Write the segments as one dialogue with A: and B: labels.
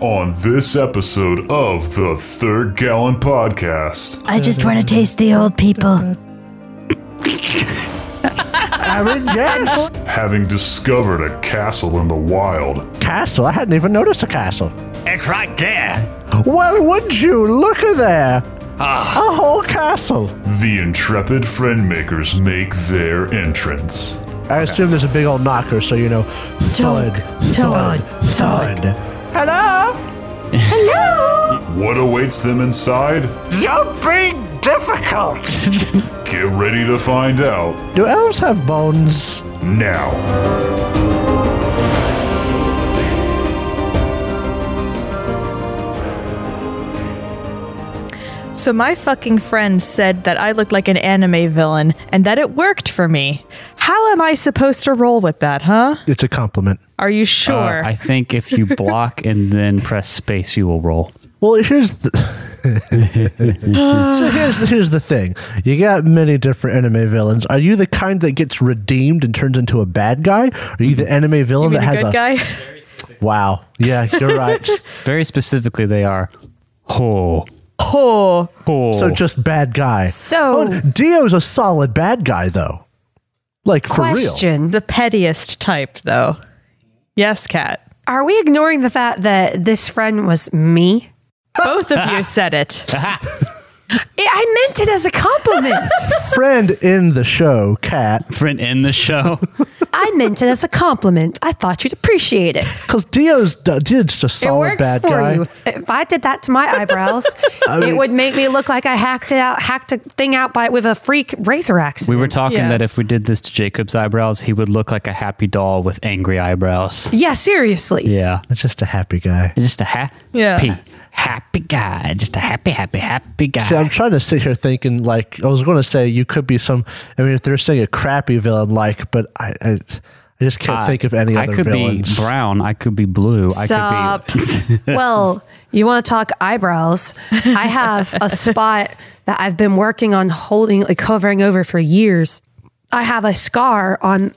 A: on this episode of the Third Gallon Podcast.
B: I just want to taste the old people.
C: I mean, yes.
A: Having discovered a castle in the wild,
C: castle. I hadn't even noticed a castle.
D: It's right there.
C: Well, would you look at there?
D: Ah.
C: A whole castle.
A: the intrepid friend makers make their entrance.
C: I assume there's a big old knocker, so you know. Thud, thud, thud. Hello?
A: What awaits them inside?
C: Don't be difficult.
A: Get ready to find out
C: Do elves have bones?
A: now.
E: So my fucking friend said that I looked like an anime villain and that it worked for me. How am I supposed to roll with that, huh?
C: It's a compliment.
E: Are you
D: Uh,
E: sure?
D: I think if you block and then press space, you will roll.
C: Well, here's the. so here's the, here's the thing. You got many different anime villains. Are you the kind that gets redeemed and turns into a bad guy? Are you the
F: Mm-hmm.
C: anime
E: You
C: villain
E: mean
C: that
E: a
C: has
E: good
C: a
E: guy?
C: wow? Yeah, you're right.
D: Very specifically, they are. Ho.
E: Oh,
D: Ho.
C: so just bad guy.
F: So-
C: Oh, Dio's a solid bad guy though. Like for real.
F: Question:
E: the pettiest type, though. Yes, Kat.
F: Are we ignoring the fact that this friend was me?
E: Both of you said it.
F: I- I meant it as a compliment.
C: Friend in the show, Cat,
D: friend in the show.
F: I meant it as a compliment. I thought you'd appreciate it.
C: because Dio's Dio's a
F: it
C: solid
F: works
C: bad
F: for
C: guy.
F: you. If I did that to my eyebrows, it would make me look like I hacked it out, hacked a thing out by with a freak razor axe.
D: We were talking that
E: Yes.
D: if we did this to Jacob's eyebrows, he would look like a happy doll with angry eyebrows.
F: yeah, seriously.
D: Yeah.
C: Just a happy guy.
D: Just a ha-
E: Yeah.
D: happy, happy guy. Just a happy, happy, happy guy.
C: See, I'm trying to sit here thinking like I was going to say you could be some. I mean, if they're saying a crappy villain, like, but I, I, I just can't think of any
D: Uh, I
C: other
D: could
C: villains.
D: be brown. I could be blue. I
E: Stop.
D: could be.
F: Well, you want to talk eyebrows? I have a spot that I've been working on holding, like covering over for years. I have a scar on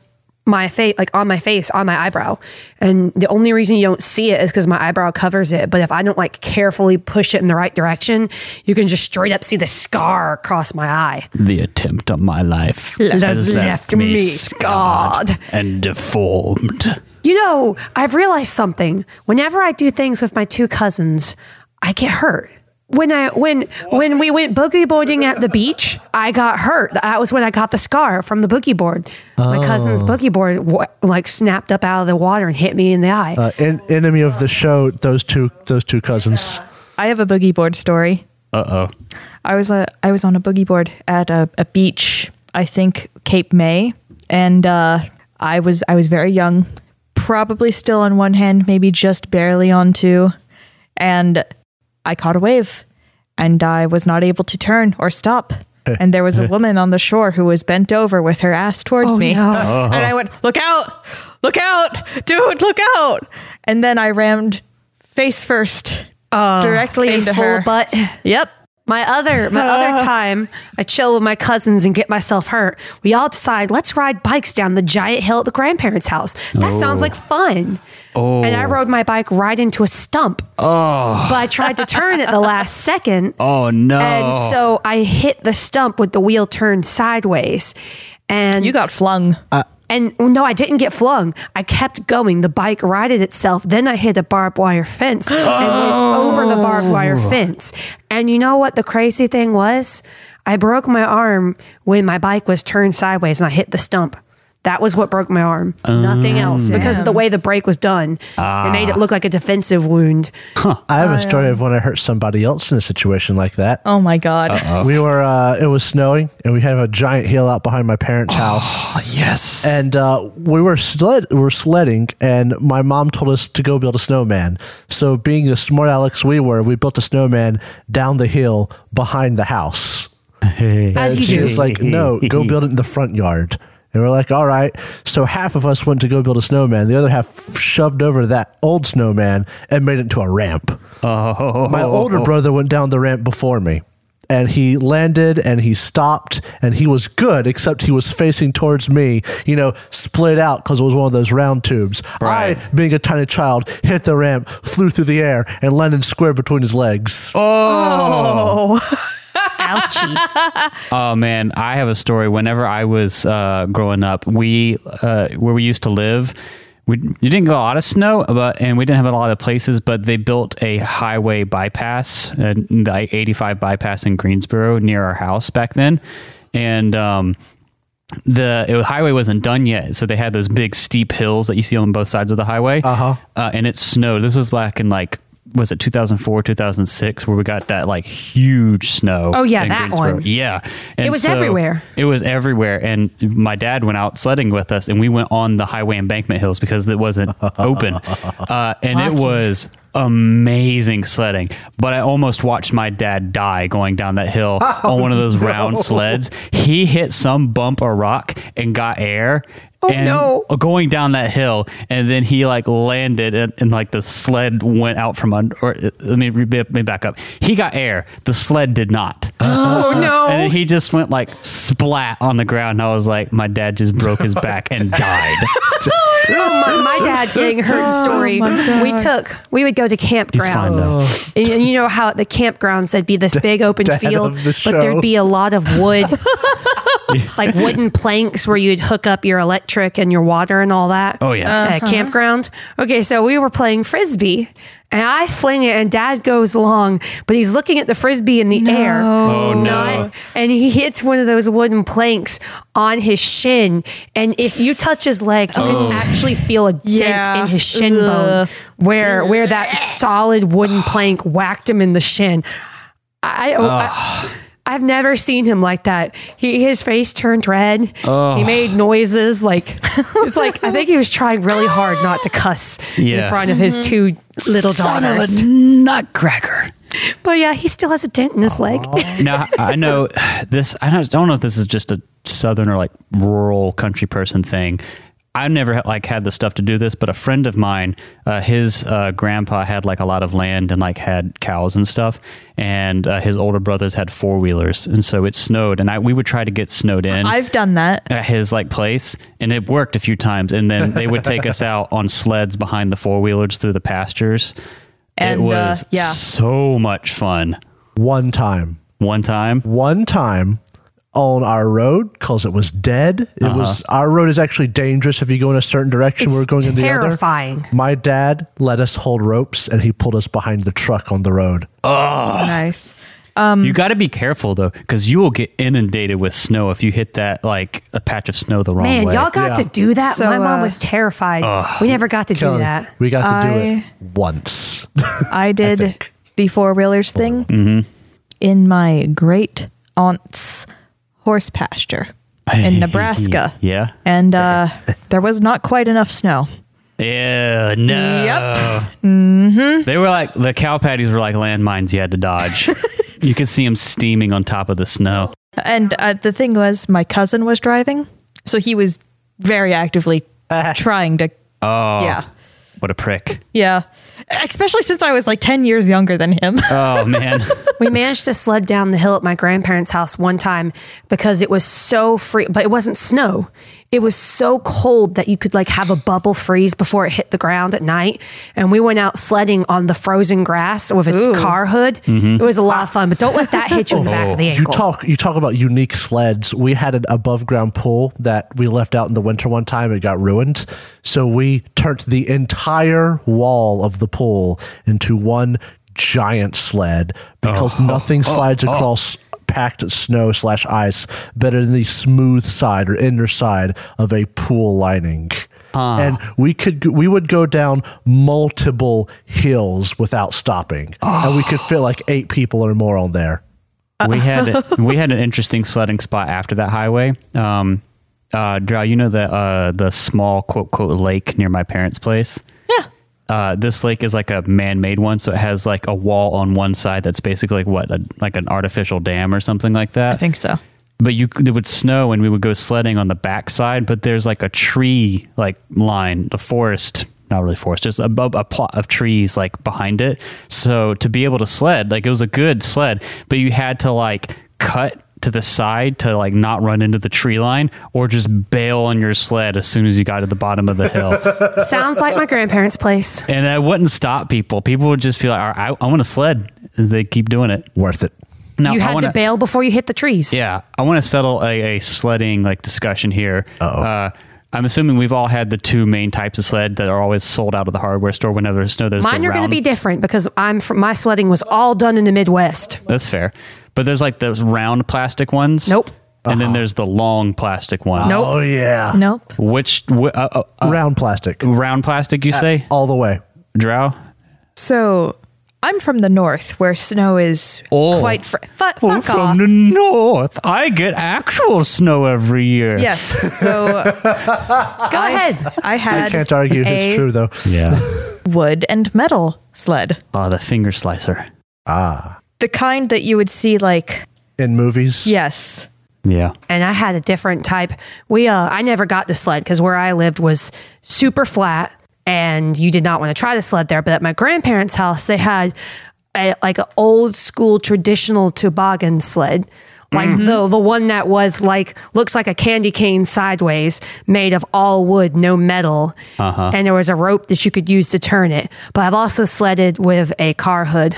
F: my face, like on my face, on my eyebrow. And the only reason you don't see it is because my eyebrow covers it. But if I don't like carefully push it in the right direction, you can just straight up see the scar across my eye.
D: The attempt on my life
F: has left me scarred.
D: and deformed.
F: You know, I've realized something. Whenever I do things with my two cousins, I get hurt. When I when when we went boogie boarding at the beach, I got hurt. That was when I got the scar from the boogie board. My cousin's boogie board wa- like snapped up out of the water and hit me in the eye.
C: Uh, en- enemy of the show. Those two. Those two cousins.
E: I have a boogie board story.
D: Uh oh.
E: I was uh, I was on a boogie board at a, a beach, I think Cape May, and uh, I was I was very young, probably still on one hand, maybe just barely on two, and I caught a wave, and I was not able to turn or stop. And there was a woman on the shore who was bent over with her ass towards
F: Oh,
E: me.
D: Uh-huh.
E: And I went, Look out! Look out! Dude, look out! And then I rammed face first directly
F: Ah, Face
E: into
F: full
E: her.
F: of butt.
E: Yep.
F: My other my other time, I chill with my cousins and get myself hurt. We all decide let's ride bikes down the giant hill at the grandparents' house. That sounds like fun. Oh. And I rode my bike right into a stump. Oh. But I tried to turn at the last second.
D: Oh no.
F: And so I hit the stump with the wheel turned sideways. And
E: You got flung.
F: Uh, and no, I didn't get flung. I kept going. The bike righted itself. Then I hit a barbed wire fence and went over the barbed wire fence. And you know what the crazy thing was? I broke my arm when my bike was turned sideways and I hit the stump. That was what broke my arm. Nothing else because of the way the break was done. It made it look like a defensive wound.
C: I have a story of when I hurt somebody else in a situation like that.
E: Oh my god.
D: uh-huh.
C: We were. Uh, it was snowing, and we had a giant hill out behind my parents'
D: Oh,
C: house.
E: Eh.
D: yes.
C: and uh, we were sled we were sledding, and my mom told us to go build a snowman. So, being the smart Alex we were, we built a snowman down the hill behind the house.
F: As
C: And
F: you
C: she
F: do.
C: was like, "No, go build it in the front yard." And we're like, "All right." So half of us went to go build a snowman. The other half shoved over that old snowman and made it into a ramp.
D: Oh.
C: My older brother went down the ramp before me. and he landed and he stopped and he was good except he was facing towards me you know split out because it was one of those round tubes
D: Right.
C: i being a tiny child hit the ramp flew through the air and landed square between his legs
D: Oh man, I have a story. Whenever I was uh, growing up, we uh, where we used to live, we you didn't go a lot of snow, but and we didn't have a lot of places. But they built a highway bypass, uh, the 85 bypass in Greensboro near our house back then, and. Um, the it, highway wasn't done yet, so they had those big steep hills that you see on both sides of the highway. Uh-huh. And it snowed. This was back in like was it 2004, 2006, where we got that like huge snow.
F: Oh, yeah,
D: in
F: that
D: Greensboro.
F: one.
D: Yeah, And
F: was everywhere.
D: It was everywhere, and my dad went out sledding with us, and we went on the highway embankment hills because it wasn't open, uh, and it was amazing sledding. But I almost watched my dad die going down that hill
F: Oh,
D: on one of those round sleds. He hit some bump or rock and got air. and
F: Oh, no.
D: Going down that hill, and then he like landed, and, and like the sled went out from under. Or, uh, let me re- let me back up. He got air. The sled did not.
F: Oh no.
D: And then he just went like splat on the ground. And I was like, my dad just broke his back and died.
F: Oh, my, my dad getting hurt
C: Oh,
F: story. we took, we would go to
D: fine,
F: campgrounds. And, and you know how at the campgrounds, there'd be this big open
C: dad
F: field,
C: of the
F: but
C: show.
F: there'd be a lot of wood, like wooden planks where you'd hook up your electric and your water and all that.
D: Oh, yeah.
F: At a campground. Okay, so we were playing frisbee. And I fling it, and Dad goes along, but he's looking at the frisbee in the air.
D: Oh, no.
F: Not- and he hits one of those wooden planks on his shin. And if you touch his leg, you
C: Oh.
F: can actually feel a dent
E: Yeah.
F: in his shin bone
E: Ugh.
F: where where that solid wooden plank whacked him in the shin. I, I, I have never seen him like that. He his face turned red. He made noises like it's like I think he was trying really hard not to cuss in
D: Yeah.
F: front of
E: Mm-hmm.
F: his two little daughters.
D: nutcracker.
F: But yeah, he still has a dent in his leg.
D: Now, I know this, I don't, don't know if this is just a southern or like rural country person thing. I've never like had the stuff to do this, but a friend of mine, uh, his uh, grandpa had like a lot of land and like had cows and stuff, and uh, his older brothers had four wheelers, and so it snowed, and I we would try to get snowed in.
E: I've done that.
D: at his like place and it worked a few times and then they would take us out on sleds behind the four-wheelers through the pastures
E: And,
D: it
E: uh,
D: was
E: yeah.
D: so much fun
C: one time
D: one time
C: one time on our road because it was dead. It was
D: Uh-huh.
C: our road is actually dangerous if you go in a certain direction.
F: It's
C: we're going in the other.
F: terrifying.
C: My dad let us hold ropes, and he pulled us behind the truck on the road.
D: Ah,
E: Nice. Um,
D: you got to be careful though because you will get inundated with snow if you hit that like a patch of snow the wrong
F: Man,
D: way
F: y'all got
C: Yeah.
F: to do that.
E: So,
F: My mom
E: uh,
F: was terrified. we never got to do that.
C: We got to do
E: I-
C: it once.
E: I did the four wheelers thing
D: Mm-hmm.
E: in my great aunt's horse pasture in Nebraska.
D: yeah
E: And uh, there was not quite enough snow.
D: yeah no Mm-hmm.
E: Yep.
D: they were like the cow patties were like landmines you had to dodge you could see them steaming on top of the snow
E: And uh, the thing was, my cousin was driving. So he was very actively trying to. Oh. Yeah.
D: what a prick
E: Yeah. Especially since I was like 10 years younger than him.
D: oh man
F: we managed to sled down the hill at my grandparents' house one time because it was so free, but it wasn't snow. It was so cold that you could like have a bubble freeze before it hit the ground at night. And we went out sledding on the frozen grass with a car hood.
D: Mm-hmm.
F: It was a lot of fun, but don't let that hit you in the back of
D: Oh,
F: the
C: You
F: ankle.
C: talk you talk about unique sleds. We had an above ground pool that we left out in the winter one time. It got ruined. So we turned the entire wall of the pool into one giant sled because nothing slides across packed snow slash ice better than the smooth side or inner side of a pool lining. And we could g- we would go down multiple hills without stopping, and we could fit like eight people or more on there.
D: we had we had an interesting sledding spot after that highway. Um, uh, Drow, you know the uh, the small quote quote lake near my parents' place.
E: Yeah.
D: Uh, this lake is like a man-made one, so it has like a wall on one side that's basically like what, a, like an artificial dam or something like that
E: I think so.
D: but you it would snow and we would go sledding on the backside but there's like a tree like line the forest not really forest, just a, a, a plot of trees like behind it. So to be able to sled, like it was a good sled, but you had to like cut to the side to like not run into the tree line or just bail on your sled as soon as you got to the bottom of the hill.
F: Sounds like my grandparents' place.
D: and I wouldn't stop people. People would just be like, All right, I, I want to sled as they keep doing it.
C: Worth it.
D: Now,
F: you
D: I
F: had
D: wanna-
F: to bail before you hit the trees.
D: Yeah, I want to settle a, a sledding like discussion here. Uh, I'm assuming we've all had the two main types of sled that are always sold out of the hardware store whenever there's snow. There's the
F: Mine are going to
D: round-
F: be different because I'm from, my sledding was all done in the Midwest.
D: that's fair, but there's like those round plastic ones.
F: Nope.
D: And then there's the long plastic ones.
C: Oh yeah.
E: Nope.
D: Which wh- uh, uh, uh,
C: Round plastic.
D: round plastic you say?
C: All the way.
D: Drow.
E: So I'm from the north where snow is
D: Oh.
E: quite fr- fu- fuck
D: Oh,
E: off.
D: from the north, I get actual snow every year.
E: yes. So go ahead. I
C: I
E: had
C: can't argue.
E: a
C: It's true though.
D: Yeah.
E: wood and metal sled.
D: oh, the finger slicer.
E: The kind that you would see like
C: In movies.
E: yes.
D: Yeah.
F: And I had a different type. We uh, I never got the sled because where I lived was super flat, and you did not want to try the sled there. But at my grandparents' house, they had a, like an old school traditional toboggan sled. Like the the one that was like looks like a candy cane sideways, made of all wood, no metal, and there was a rope that you could use to turn it. But I've also sledded with a car hood.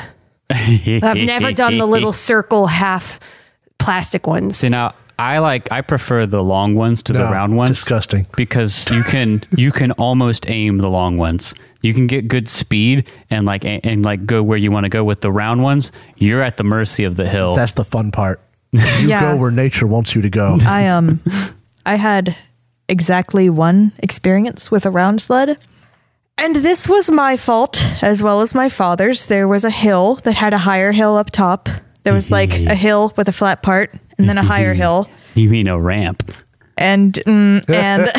F: I've never done the little circle half plastic ones.
D: See now, I like I prefer the long ones to the
C: No,
D: round ones.
C: disgusting.
D: Because you can you can almost aim the long ones. You can get good speed and like a- and like go where you want to go with the round ones. You're at the mercy of the hill.
C: That's the fun part.
E: You yeah.
C: Go where nature wants you to go.
E: I um I had exactly one experience with a round sled. And this was my fault as well as my father's. There was a hill that had a higher hill up top. There was like a hill with a flat part and then a higher hill.
D: you mean a ramp?
E: And mm, and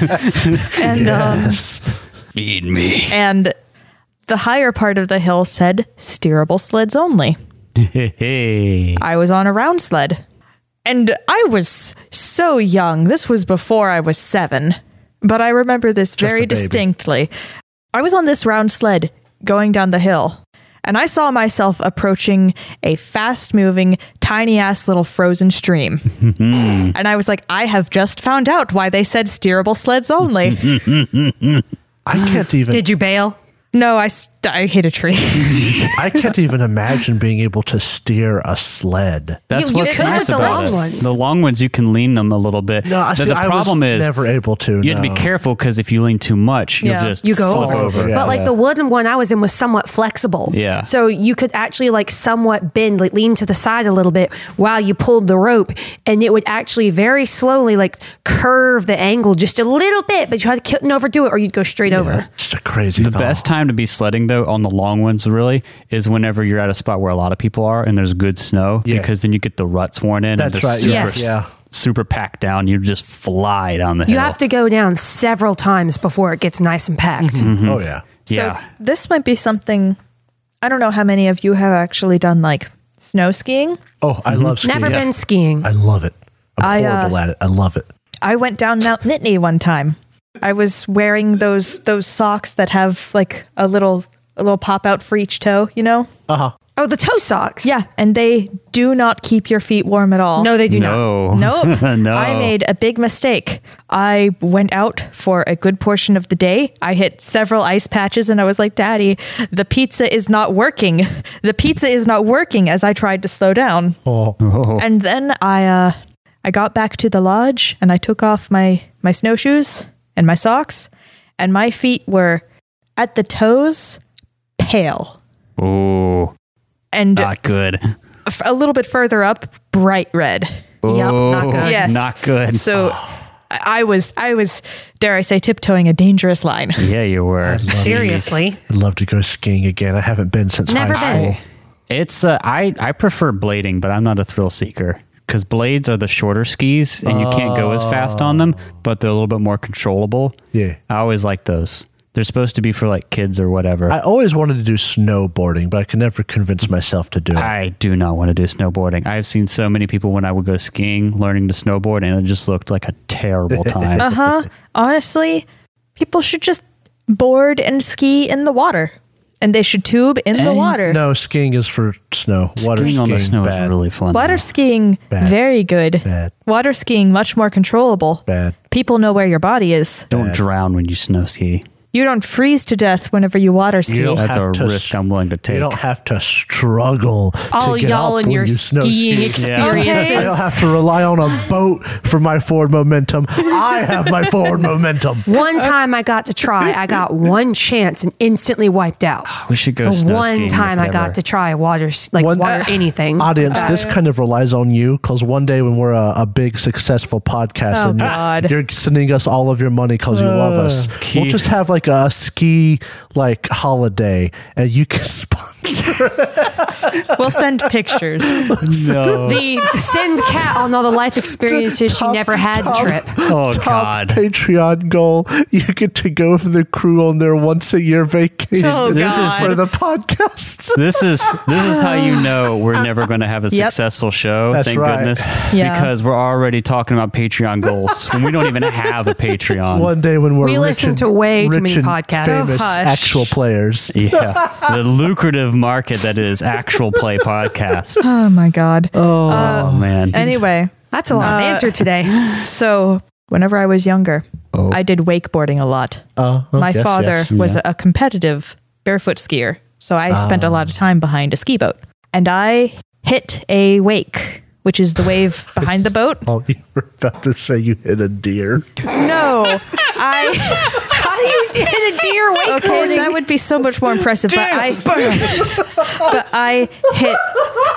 E: and um
D: Feed me.
E: and the higher part of the hill said steerable sleds only.
D: Hey.
E: I was on a round sled. And I was so young. This was before I was seven. But I remember this very
C: baby.
E: distinctly. I was on this round sled going down the hill. And I saw myself approaching a fast moving, tiny ass little frozen stream. and I was like, I have just found out why they said steerable sleds only.
C: I can't even
F: Did you bail?
E: no, I, st- I hit a tree.
C: I can't even imagine being able to steer a sled.
D: That's
F: You- you
D: what's
F: could
D: nice
F: with the
D: about
F: long
D: it.
F: ones.
D: The long ones you can lean them a little bit.
C: No, I,
D: The-
C: see,
D: the
C: I was
D: problem is
C: never able to.
D: you have to
C: no.
D: be careful because if you lean too much,
E: Yeah.
D: you'll just
F: You go
D: flip
F: over.
D: over.
C: Yeah.
F: But like the wooden one I was in was somewhat flexible.
D: Yeah.
F: So you could actually like somewhat bend, like lean to the side a little bit while you pulled the rope, and it would actually very slowly like curve the angle just a little bit, but you had to couldn't overdo it or you'd go straight over.
C: It's a crazy.
D: The best time to be sledding though on the long ones really is whenever you're at a spot where a lot of people are and there's good snow
C: Yeah.
D: because then you get the ruts worn in.
C: That's
D: and they're
C: right,
D: Super,
C: yeah,
F: Yes.
C: yeah.
D: Super packed down. You just fly down the
F: You
D: hill.
F: have to go down several times before it gets nice and packed.
D: Mm-hmm.
C: Oh yeah.
D: Yeah.
E: So this might be something I don't know how many of you have actually done like snow skiing.
C: Oh,
D: Mm-hmm.
C: I love skiing.
F: Never been skiing.
C: I love it. I'm
E: I, uh,
C: horrible at it. I love it.
E: I went down Mount Nittany one time. I was wearing those those socks that have like a little a little pop out for each toe, you know?
F: Oh, the toe socks.
E: Yeah, and they do not keep your feet warm at all.
F: No, they do not.
D: no.
E: Nope.
D: No.
E: I made a big mistake. I went out for a good portion of the day. I hit several ice patches and I was like, "Daddy, the pizza is not working. The pizza is not working." As I tried to slow down.
C: Oh,
D: Oh,
E: And then I uh, I got back to the lodge and I took off my my snowshoes and my socks, and my feet were at the toes, pale,
D: Ooh.
E: and
D: oh, Not good.
E: f- a little bit further up, bright red.
F: Yep,
D: Oh,
F: not good.
E: Yes.
D: Not good. Oh.
E: So I I was I was dare I say tiptoeing a dangerous line.
D: yeah, you were.
F: Seriously.
C: I'd love to go skiing again. I haven't been since
F: Never
C: high
F: been.
C: school.
D: It's uh, I I prefer blading, but I'm not a thrill seeker because blades are the shorter skis and you can't go as fast on them, but they're a little bit more controllable.
C: Yeah.
D: I always like those. They're supposed to be for like kids or whatever.
C: I
D: I,
C: always wanted to do snowboarding, but I could never convince myself to do it.
D: do not want to do snowboarding. I've seen so many people when I would go skiing learning to snowboard, and it just looked like a terrible time.
E: Uh huh. Honestly, people should just board and ski in the water. And they should tube in the
D: Eh,
E: water.
C: No, skiing is for snow. Water
D: Skiing
C: skiing,
D: on the snow
C: bad,
D: is really fun.
E: Water
D: though.
E: skiing,
C: Bad.
E: very good.
C: Bad.
E: Water skiing, much more controllable.
C: bad.
E: People know where your body is.
D: Don't drown when you snow ski.
E: You don't freeze to death whenever you water ski.
C: You don't
D: That's
C: have
D: a
C: to
D: risk
C: s-
D: I'm willing to
C: You
D: take.
C: don't have to struggle.
G: All
C: to get
G: y'all
C: up
G: and
C: when
G: your
C: you snow
G: skiing
C: ski.
G: experiences.
E: Okay.
C: I don't have to rely on a boat for my forward momentum. I have my forward momentum.
F: One time I got to try, I got one chance and instantly wiped out.
D: We should go
F: The
D: snow skiing
F: one
D: if
F: time I
D: ever.
F: got to try water, s- like
C: One-
F: water
D: Mm-hmm.
F: anything.
C: Audience, this kind of relies on you because one day when we're a, a big successful podcast
E: Oh,
C: and you're-
E: God.
C: you're sending us all of your money because you love us, we'll
D: Keith.
C: just have like a ski like holiday and you can sponsor.
G: We'll send pictures.
D: No.
F: the to send Kat on all the life experiences she
C: Top-
F: never had
C: top-
F: trip.
D: Oh
C: top
D: God.
C: Patreon goal. You get to go with the crew on their once a year vacation
G: Oh,
D: This is-
G: God.
C: for the podcast.
D: This is this is how you know we're never going to have a
E: Yep.
D: successful show.
C: That's
D: thank
C: right.
D: goodness,
E: Yeah.
D: because we're already talking about Patreon goals and we don't even have a Patreon.
C: One day when we're
F: We
C: rich
F: listen
C: and-
F: to way too
C: rich
F: many
C: and
F: podcasts. Oh,
C: famous
E: Hush.
C: actual players.
D: Yeah, the lucrative market that is actual play podcast.
E: Oh my God.
D: Oh man.
E: Anyway,
F: That's a lot
C: Uh,
F: of answer today.
E: so whenever I was younger,
D: Oh.
E: I did wakeboarding a lot.
C: Oh, oh,
E: My
C: yes,
E: father
C: yes.
E: was
D: Yeah.
E: a competitive barefoot skier, so I spent
C: Ah.
E: a lot of time behind a ski boat. And I hit a wake, which is the wave behind the boat.
C: Oh, you were about to say you hit a deer.
E: No, I.
F: How do you did a deer
E: Okay, that would be so much more impressive. But I, but I hit,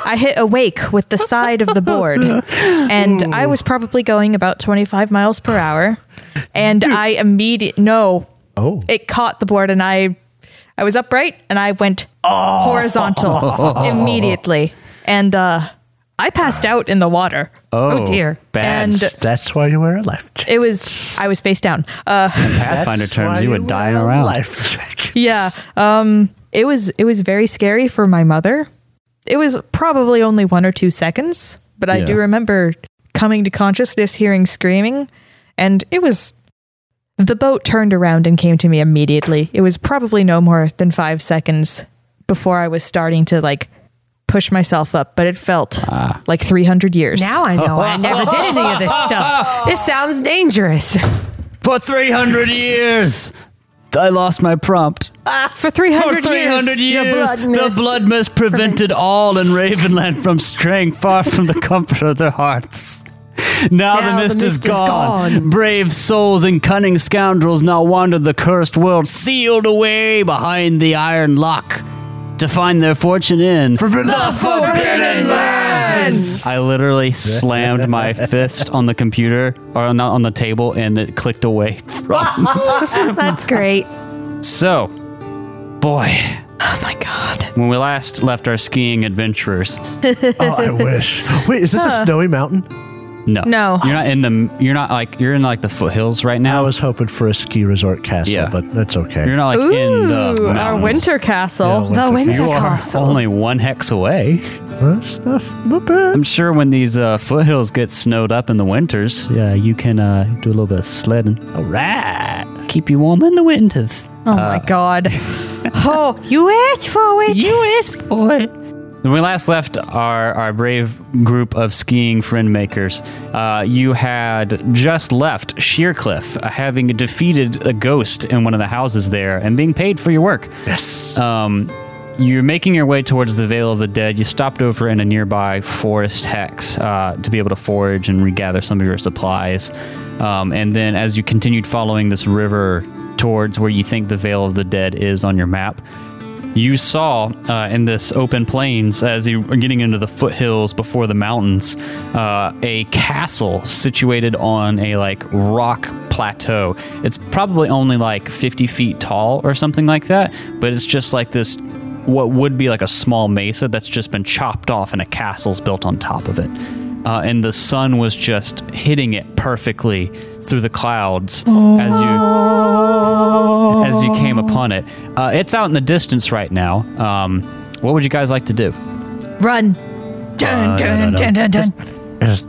E: I hit a wake with the side of the board, and I was probably going about 25 miles per hour, and I immediate no,
C: Oh.
E: it caught the board, and I, I was upright, and I went
D: Oh.
E: horizontal immediately, and uh, I passed out in the water.
D: oh,
F: dear.
D: Bad
E: And-
D: s-
C: That's why you wear a life jacket.
E: It was I was face down. Uh,
D: Pathfinder
C: That's why
D: terms. You would
C: wear
D: die
C: a
D: around.
C: Life jacket.
E: yeah um it was it was very scary for my mother it was probably only one or two seconds but i do
D: Yeah.
E: remember coming to consciousness hearing screaming and it was the boat turned around and came to me immediately it was probably no more than five seconds before i was starting to like push myself up but it felt
D: Ah.
E: like 300 years
F: Now I know I never did any of this stuff. This sounds dangerous.
D: For three hundred years, I lost my prompt.
E: for 300,
D: For
E: years
D: 300 years,
F: blood
D: the
F: mist
D: blood mist prevented all in Ravenland from straying far from the comfort of their hearts. Now,
F: Now
D: the, mist is, gone.
F: gone.
D: Brave souls and cunning scoundrels now wander the cursed world, sealed away behind the iron lock, to find their fortune in the Forbidden Lands. I literally slammed my fist on the computer, or not on the table, and it clicked away.
F: That's great.
D: So, boy,
E: oh my god
D: when we last left our skiing adventurers,
C: Oh, I wish. Wait, is this a snowy mountain?
D: No.
E: No.
D: You're not in the you're not like you're in like the foothills right
C: I
D: now.
C: was hoping for a ski resort castle,
D: Yeah.
C: but that's okay.
D: You're not like in
E: Ooh,
D: the
E: our
D: mountains.
E: winter castle
C: Yeah,
F: The winter
D: You are
F: castle.
D: only one hex away.
C: Well, stuff. My bad.
D: I'm sure when these uh, foothills get snowed up in the winters, yeah, you can uh, do a little bit of sledding. All right, keep you warm in the winters.
E: oh
F: Uh,
E: my god oh you asked for it
D: U.S. for it. When we last left our, our brave group of skiing friend makers, uh, you had just left Sheercliff, uh, having defeated a ghost in one of the houses there and being paid for your work.
C: Yes.
D: Um, you're making your way towards the Vale of the Dead. You stopped over in a nearby forest hex uh, to be able to forage and regather some of your supplies. Um, and then, as you continued following this river towards where you think the Vale of the Dead is on your map, you saw uh, in this open plains as you were getting into the foothills before the mountains uh, a castle situated on a like rock plateau it's probably only like 50 feet tall or something like that but it's just like this what would be like a small mesa that's just been chopped off and a castle's built on top of it uh, and the sun was just hitting it perfectly through the clouds as you as you
C: Oh.
D: came upon it. Uh, it's out in the distance right now. Um, what would you guys like to do?
E: Run.
D: Uh, no,
E: Dun,
C: Ah,
D: no,
E: dun,
D: no.
E: dun, dun, dun.
C: Just-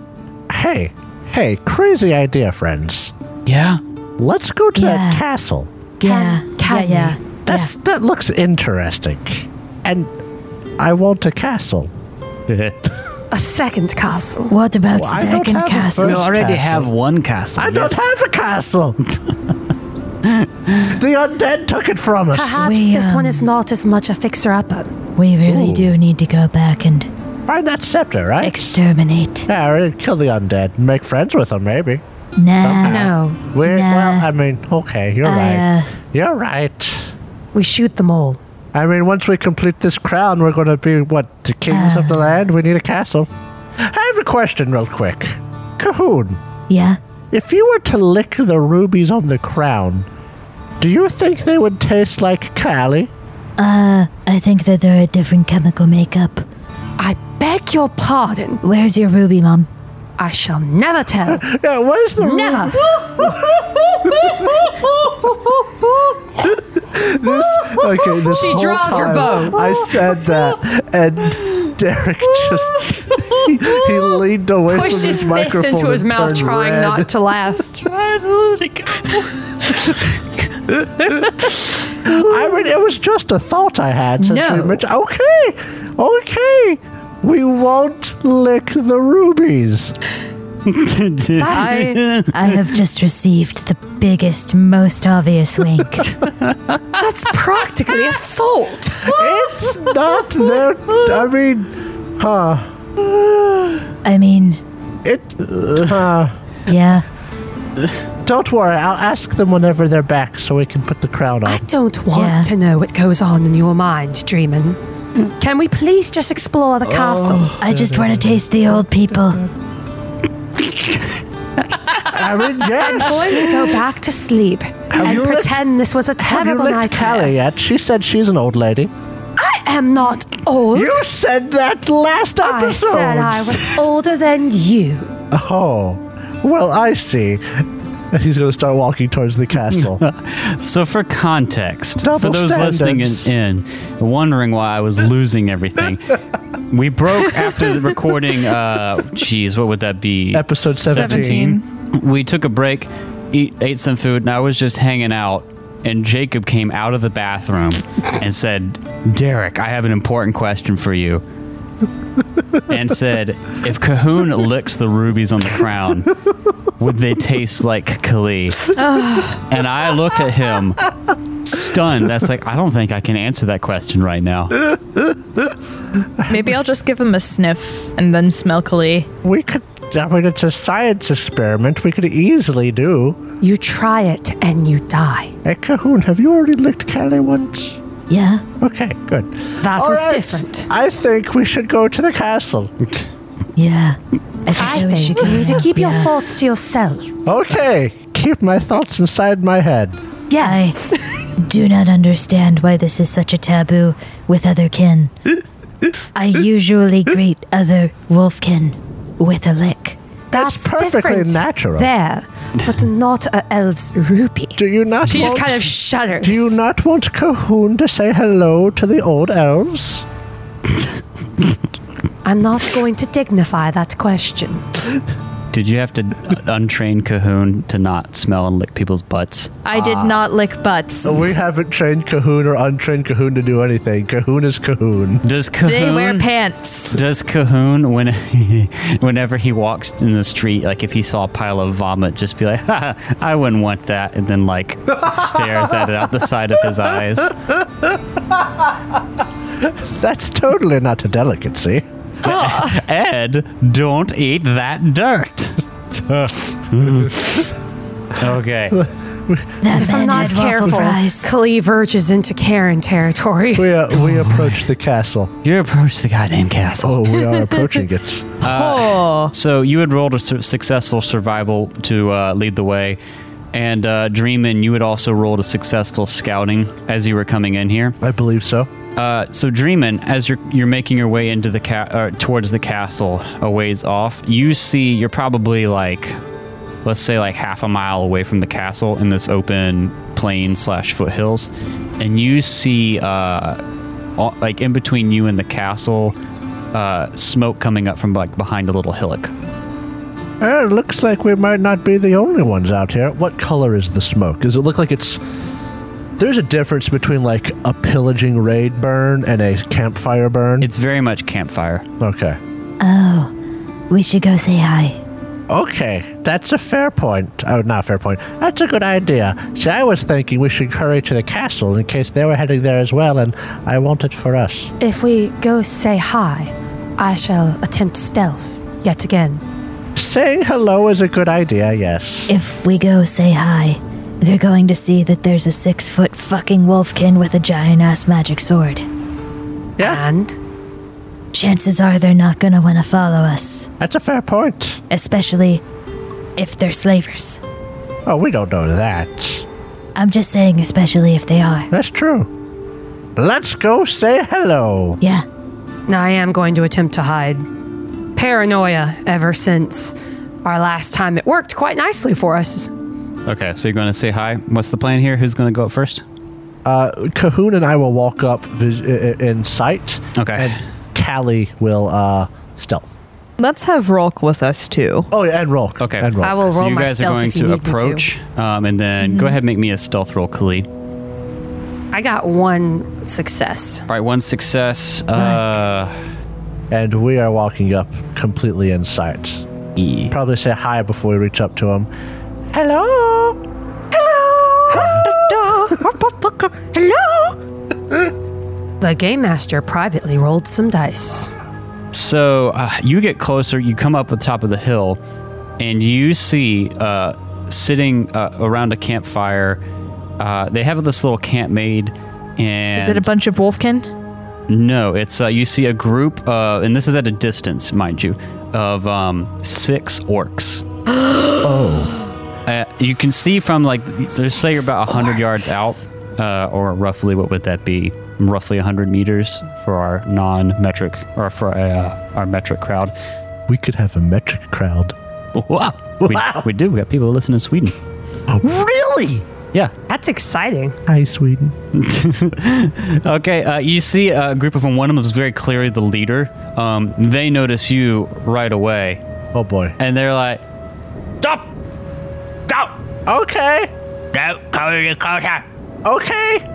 C: hey, hey, crazy idea, friends.
D: Yeah.
C: Let's go to that castle.
B: Yeah.
F: Cat had
B: yeah.
F: me.
C: That's, That looks interesting. And I want a castle.
F: A second castle.
B: What about
C: Well, I don't
B: second
C: have a
B: castle?
C: first-
D: We already
C: Castle.
D: have one castle.
C: I don't
D: Yes.
C: have a castle. the undead took it from us.
F: Perhaps
B: We,
F: this one
B: um,
F: is not as much a fixer-upper.
B: We really do need to go back and
C: Find that scepter, right?
B: exterminate.
C: yeah, or kill the undead. and Make friends with them, maybe.
B: Nah.
F: No,
C: We're,
B: Nah.
C: Well, I mean, okay, you're
B: Uh,
C: right. You're right.
F: we shoot them all.
C: I mean, once we complete this crown, we're going to be, what, the kings of the land? We need a castle. I have a question, real quick. Cahoon,
B: Yeah.
C: if you were to lick the rubies on the crown, do you think they would taste like Kali?
B: I think that they're a different chemical makeup.
F: I beg your pardon.
B: Where's your ruby, Mom?
F: I shall never tell.
C: Yeah, where's the
F: Never.
C: this okay this
F: She
C: whole
F: draws her
C: time,
F: bow.
C: i said that and derek just he, he leaned away
F: Pushed
C: from his,
F: his fist
C: microphone
F: into his
C: and
F: mouth,
C: turned
F: trying
C: red.
F: not to laugh.
C: i mean it was just a thought i had since
F: No.
C: we mentioned okay okay we won't lick the rubies
F: That-
B: I have just received the biggest, most obvious wink.
F: that's
C: Ah.
F: practically assault.
C: it's not their i mean
B: I mean,
C: it
B: yeah.
C: don't worry i'll ask them whenever they're back so we can put the crown
F: I
C: on
F: don't want
B: Yeah.
F: to know what goes on in your mind, Dreamin. Can we please just explore the castle?
C: Oh.
B: I just want to taste the old people.
C: i mean
F: I'm
C: yes
F: going to go back to sleep
C: you
F: and
C: licked-
F: pretend this was a
C: have you
F: terrible
C: licked Callie
F: nightmare.
C: yet? She said she's an old lady.
F: I am not old.
C: You said that last
F: I
C: episode.
F: said I was older than you.
C: Oh, well, I see. And he's going to start walking towards the castle.
D: So, for context, for
C: Double
D: those
C: standards.
D: listening in, in wondering why I was losing everything, we broke after the recording. Uh, geez, what would that be?
C: Episode 17.
G: 17.
D: we took a break, eat, ate some food, and I was just hanging out. And Jacob came out of the bathroom and said, Derek, I have an important question for you. And said, if Cahoon licks the rubies on the crown, would they taste like Kali? and I looked at him, stunned. That's like, I don't think I can answer that question right now.
G: Maybe I'll just give him a sniff and then smell Kali.
C: We could, I mean, it's a science experiment we could easily do.
F: You try it and you die.
C: Hey, Cahoon, have you already licked Callie once?
B: Yeah.
C: Okay, good.
F: That
C: All
F: was
C: right,
F: different.
C: I think we should go to the castle.
B: Yeah. I think,
F: I
B: that we should
F: think you need
B: go.
F: to keep
B: Yeah.
F: your thoughts to yourself.
C: Okay, keep my thoughts inside my head.
F: Yes.
B: do not understand why this is such a taboo with other kin. I usually greet other wolfkin with a lick.
F: That's
C: perfectly
F: different
C: natural.
F: There, but not a elf's rupee.
C: Do you not
F: She just
C: want-
F: kind of shudders.
C: Do you not want Cahoon to say hello to the old elves?
F: I'm not going to dignify that question.
D: Did you have to untrain Cahoon to not smell and lick people's butts?
G: I did
F: Ah.
G: not lick butts.
F: Oh.
C: We haven't trained Cahoon or untrained Cahoon to do anything. Cahoon is Cahoon.
D: Does Cahoon.
G: They wear pants.
D: Does Cahoon, when, whenever he walks in the street, like if he saw a pile of vomit, just be like, "Ha, ha, "I wouldn't want that," and then like stares at it out the side of his eyes?
C: That's totally not a delicacy.
D: Ed, don't eat that dirt. okay.
B: That
F: If I'm
B: man
F: not
B: had waffle
F: careful,
B: fries.
F: Kali verges into Karen territory.
C: We uh, we approach the castle.
D: You approach the goddamn castle.
C: Oh, we are approaching it.
D: So you had rolled a su- successful survival to uh, lead the way, and uh, Dreamin, you had also rolled a successful scouting as you were coming in here.
C: I believe so.
D: Uh, so Dreamin, as you're you're making your way into the ca- or towards the castle, a ways off, you see you're probably like, let's say like half a mile away from the castle in this open plain slash foothills, and you see uh, all, like in between you and the castle, uh, smoke coming up from like behind a little hillock.
C: Uh, looks like we might not be the only ones out here. What color is the smoke? Does it look like it's There's a difference between like a pillaging raid burn and a campfire burn.
D: It's very much campfire.
C: okay.
B: We should go say hi.
C: Okay, that's a fair point. Oh, not a fair point. That's a good idea. See, I was thinking we should hurry to the castle in case they were heading there as well, and I want it for us.
F: If we go say hi, I shall attempt stealth yet again.
C: Saying hello is a good idea, yes.
B: If we go say hi, they're going to see that there's a six foot fucking wolfkin with a giant ass magic sword.
C: Yeah.
F: And
B: Chances are they're not gonna wanna follow us,
C: That's a fair point.
B: especially if they're slavers.
C: Oh, we don't know that.
B: I'm just saying, especially if they are.
C: That's true. Let's go say hello.
B: Yeah,
F: now I am going to attempt to hide. Paranoia ever since our last time. It worked quite nicely for us.
D: Okay, so you're going to say hi. What's the plan here? Who's going to go up first?
C: Uh, Cahoon and I will walk up vis- i- i- in sight.
D: Okay.
C: And Callie will uh, stealth.
H: Let's have Rolk with us too.
C: Oh, yeah, and Rolk.
D: Okay.
C: And Rolk.
F: I will
D: so
F: roll
D: you
F: my
D: guys are
F: stealth
D: going
F: if you
D: to
F: need me to. Mm-hmm.
D: approach, um, and then go ahead and make me a stealth roll, Khalid. All
F: I got one success.
D: right, one success. Uh,
C: and we are walking up completely in sight.
D: E.
C: Probably say hi before we reach up to him. Hello.
F: The game master privately rolled some dice.
D: So uh, you get closer. You come up the top of the hill, and you see uh, sitting uh, around a campfire. Uh, they have this little camp made, and
G: Is it a bunch of wolfkin?
D: No, it's uh, you see a group, uh, and this is at a distance, mind you, of um, six orcs. oh. Uh, you can see from like let's say you're about hundred yards out, uh, or roughly what would that be? Roughly hundred meters for our non-metric or for uh, our metric crowd.
C: We could have a metric crowd.
D: Wow, we,
C: Wow.
D: we do. We got people who listen in Sweden.
C: Really?
D: Yeah.
F: That's exciting.
C: Hi, Sweden.
D: Okay, uh, you see a group of them. One of them is very clearly the leader. Um, they notice you right away,
C: Oh boy.
D: and they're like, "Stop! Stop!
C: Okay.
D: Don't come any closer!"
C: Okay.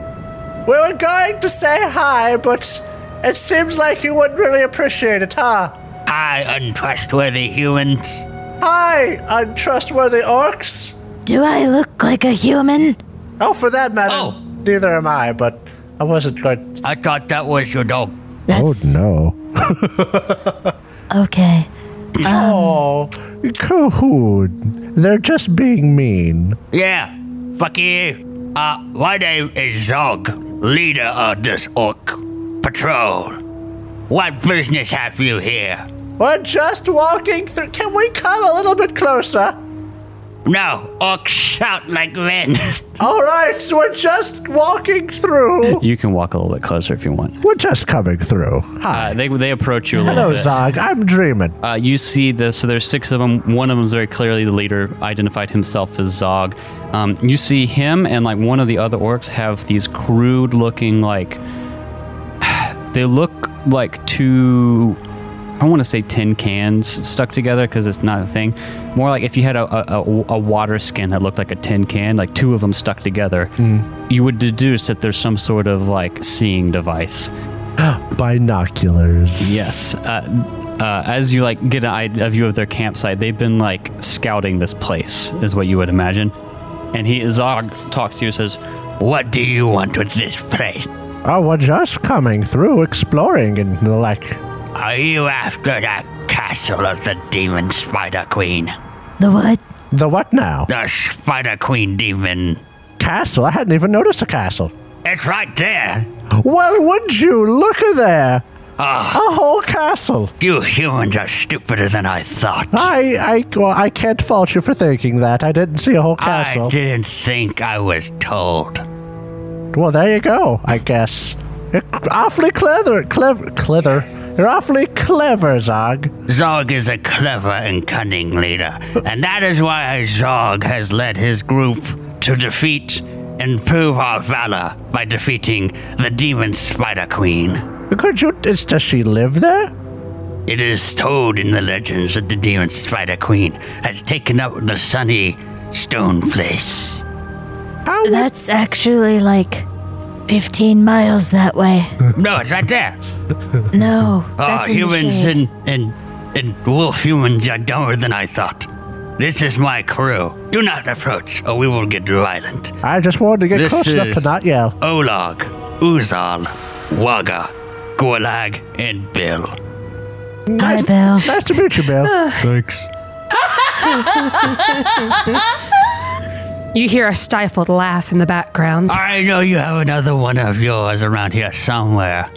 C: We were going to say hi, but it seems like you wouldn't really appreciate it, huh?
D: Hi, untrustworthy humans.
C: Hi, untrustworthy orcs.
B: Do I look like a human?
C: Oh, for that matter,
D: Oh.
C: neither am I, but I wasn't going.
D: I thought that was your dog.
B: That's
C: no.
B: okay.
C: Oh, Cahoon. They're just being mean.
I: Yeah, fuck you. Uh, my name is Zog, leader of this orc patrol. What business have you here?
C: We're just walking through. Can we come a little bit closer?
I: No, orcs shout like men.
C: All right, so we're just walking through.
D: You can walk a little bit closer if you want.
C: We're just coming through.
D: Uh, they they approach you a little
C: Hello,
D: bit.
C: Zog. I'm dreaming.
D: Uh, you see this. So there's six of them. One of them is very clearly the leader. Identified himself as Zog. Um, you see him and like one of the other orcs have these crude-looking like. They look like two. I want to say tin cans stuck together because it's not a thing. More like if you had a, a, a- a water skin that looked like a tin can, like two of them stuck together, you would deduce that there's some sort of like seeing device.
C: Binoculars.
D: Yes. Uh, uh, as you like get an id- a view of their campsite, they've been like scouting this place, is what you would imagine. And he Zog talks to you and says,
I: what do you want with this place?
C: Oh, we're just coming through, exploring, and the like.
I: Are you after that castle of the demon spider queen?
B: The what?
C: The what now?
I: The spider queen demon.
C: Castle? I hadn't even noticed a castle.
I: It's right there.
C: Well, would you look at there? a whole castle.
I: You humans are stupider than I thought.
C: I, I, well, I can't fault you for thinking that. I didn't see a whole
I: I
C: Ah, castle.
I: didn't think I was told.
C: Well, there you go. I guess. You're awfully clever, clever, clever. You're awfully clever, Zog.
I: Zog is a clever and cunning leader, and that is why Zog has led his group to defeat and prove our valor by defeating the demon spider queen.
C: Could you? Is, does she live there?
I: It is told in the legends that the demon spider queen has taken up the sunny stone place.
B: Oh, That's actually like 15 miles that way.
I: No, it's right there.
B: No.
C: Ah,
I: Oh,
B: that's in the
I: humans
B: shade.
I: and, and and wolf humans are dumber than I thought. This is my crew. Do not approach, or we will get violent.
C: I just wanted to get
I: This
C: close enough to
I: is-
C: not yell.
I: Olag, Uzal, Waga, Gorlag, and Bill.
B: Hi, Bill.
C: Nice to meet you, Bill.
I: Thanks.
F: You hear a stifled laugh in the background.
I: I know you have another one of yours around here somewhere.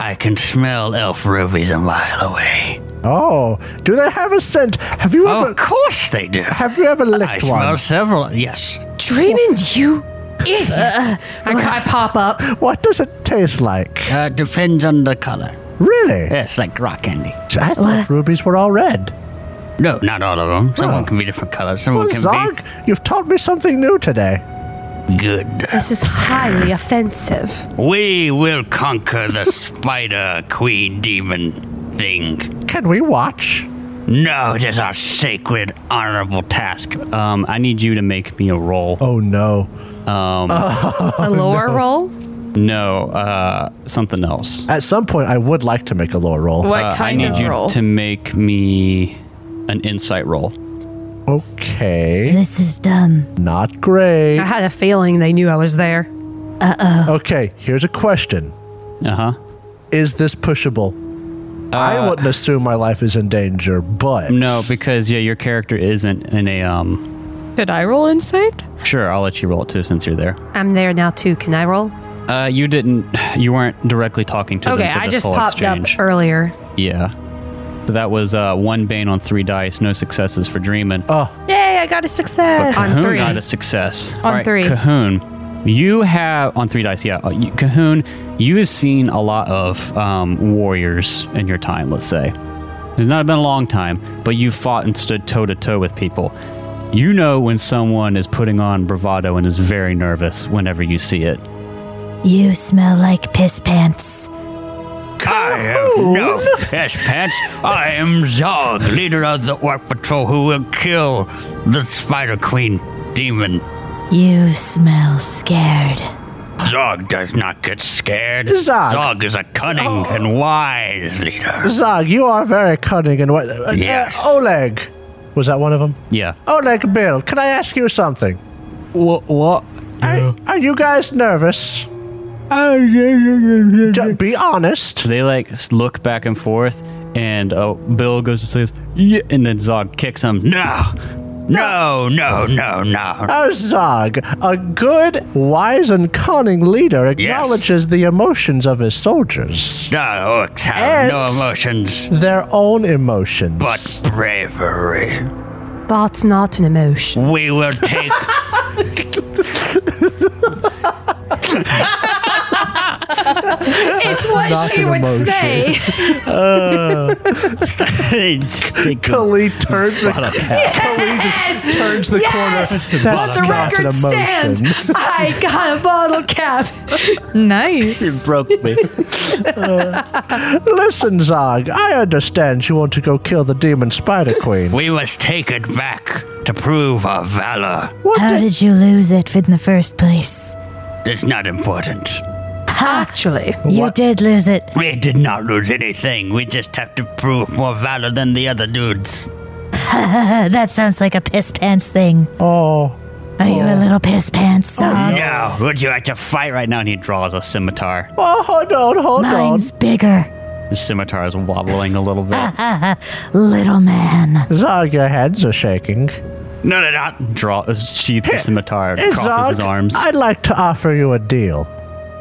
I: I can smell elf rubies a mile away.
C: Oh, do they have a scent? Have you ever
I: Of course they do.
C: have you ever
I: Oh. I
C: licked
I: smell
C: one?
I: several. Yes.
F: Dreaming, you idiot! I, I pop up.
C: What does it taste like?
I: Uh, depends on the color.
C: Really?
I: Yes, like rock candy.
C: I thought rubies were all red.
I: No, not all of them. Some of
C: Oh.
I: them can be different colors. Some
C: Well,
I: of them
C: Zog, you've taught me something new today.
I: can be good.
F: This is highly offensive.
I: We will conquer the spider queen demon thing.
C: Can we watch?
I: No, it is our sacred, honorable task.
D: Um, I need you to make me a roll.
C: Oh no.
H: A lower roll?
D: No, uh, something else.
C: At some point, I would like to make a lower roll.
H: What
D: Uh, I
H: kind
D: need
H: of
D: you
H: roll?
D: to make me an insight roll.
C: Okay,
B: This is dumb.
C: not great.
F: I had a feeling they knew I was there.
C: Okay, here's a question:
D: Uh huh.
C: Is this pushable? I wouldn't assume my life is in danger, but
D: No, because yeah, your character isn't in a um.
H: Could I roll insight?
D: Sure, I'll let you roll it too since you're there.
F: I'm there now too. Can I roll?
D: Uh, you didn't. You weren't directly talking to
F: Okay,
D: them. for
F: I
D: this
F: just
D: whole
F: popped
D: exchange.
F: up earlier.
D: Yeah. So that was uh, one bane on three dice, no successes for dreaming.
H: Yay, I got a success.
F: on
D: Cahoon
F: three.
D: got a success. On
H: three.
D: Cahoon, you have on three dice. Yeah, uh, you, Cahoon, you have seen a lot of um, warriors in your time. Let's say it's not been a long time, but you've fought and stood toe to toe with people. You know when someone is putting on bravado and is very nervous whenever you see it.
B: You smell like piss pants.
I: I am no piss pants. I am Um, Zog, leader of the Orc Patrol, who will kill the Spider Queen demon.
B: You smell scared.
I: Zog does not get scared.
C: Zog. Oh.
I: is a cunning and wise leader.
C: Zog, you are very cunning and what? uh,
I: Yeah.
C: uh, Oleg, was that one of them?
D: Yeah.
C: Oleg, Bill, can I ask you something?
D: What? What?
C: Are, are you guys nervous? Just be honest.
D: They like s- look back and forth, and uh, Bill goes to say, this, yeah, and then Zog kicks him.
I: No, no, no, no, no.
C: Oh, Zog, a good, wise, and cunning leader acknowledges the emotions of his soldiers,
I: The orcs have no
C: And-
I: emotions
C: their own emotions.
I: but bravery.
F: But not an emotion.
I: We will take.
C: it's what she would say. Khalid turns. the- Khalid just turns the corner. That's
F: Let
C: not
F: the
C: an
F: record stand.
C: emotion.
F: I got a bottle cap.
H: Nice.
D: broke me.
C: Listen, Zog, I understand you want to go kill the demon spider queen.
I: we must take it back to prove our valor.
C: What
B: How
C: did
B: did you lose it in the first place?
I: It's not important.
F: Actually,
B: You
C: What?
B: did lose it.
I: We did not lose anything. We just have to prove more valor than the other dudes.
B: Uh, that sounds like a piss pants thing.
C: Oh,
B: Are you a little piss pants, Zog?
I: No, would you like to fight right now?
D: and he draws a scimitar.
C: oh, hold on, hold
B: Mine's bigger.
D: The scimitar is wobbling a little bit.
B: Little man.
C: on. Zog, your hands are shaking.
I: No, no, not.
D: Draw, sheath the scimitar, and
C: Hey,
D: crosses his
C: Zog,
D: arms.
C: I'd like to offer you a deal.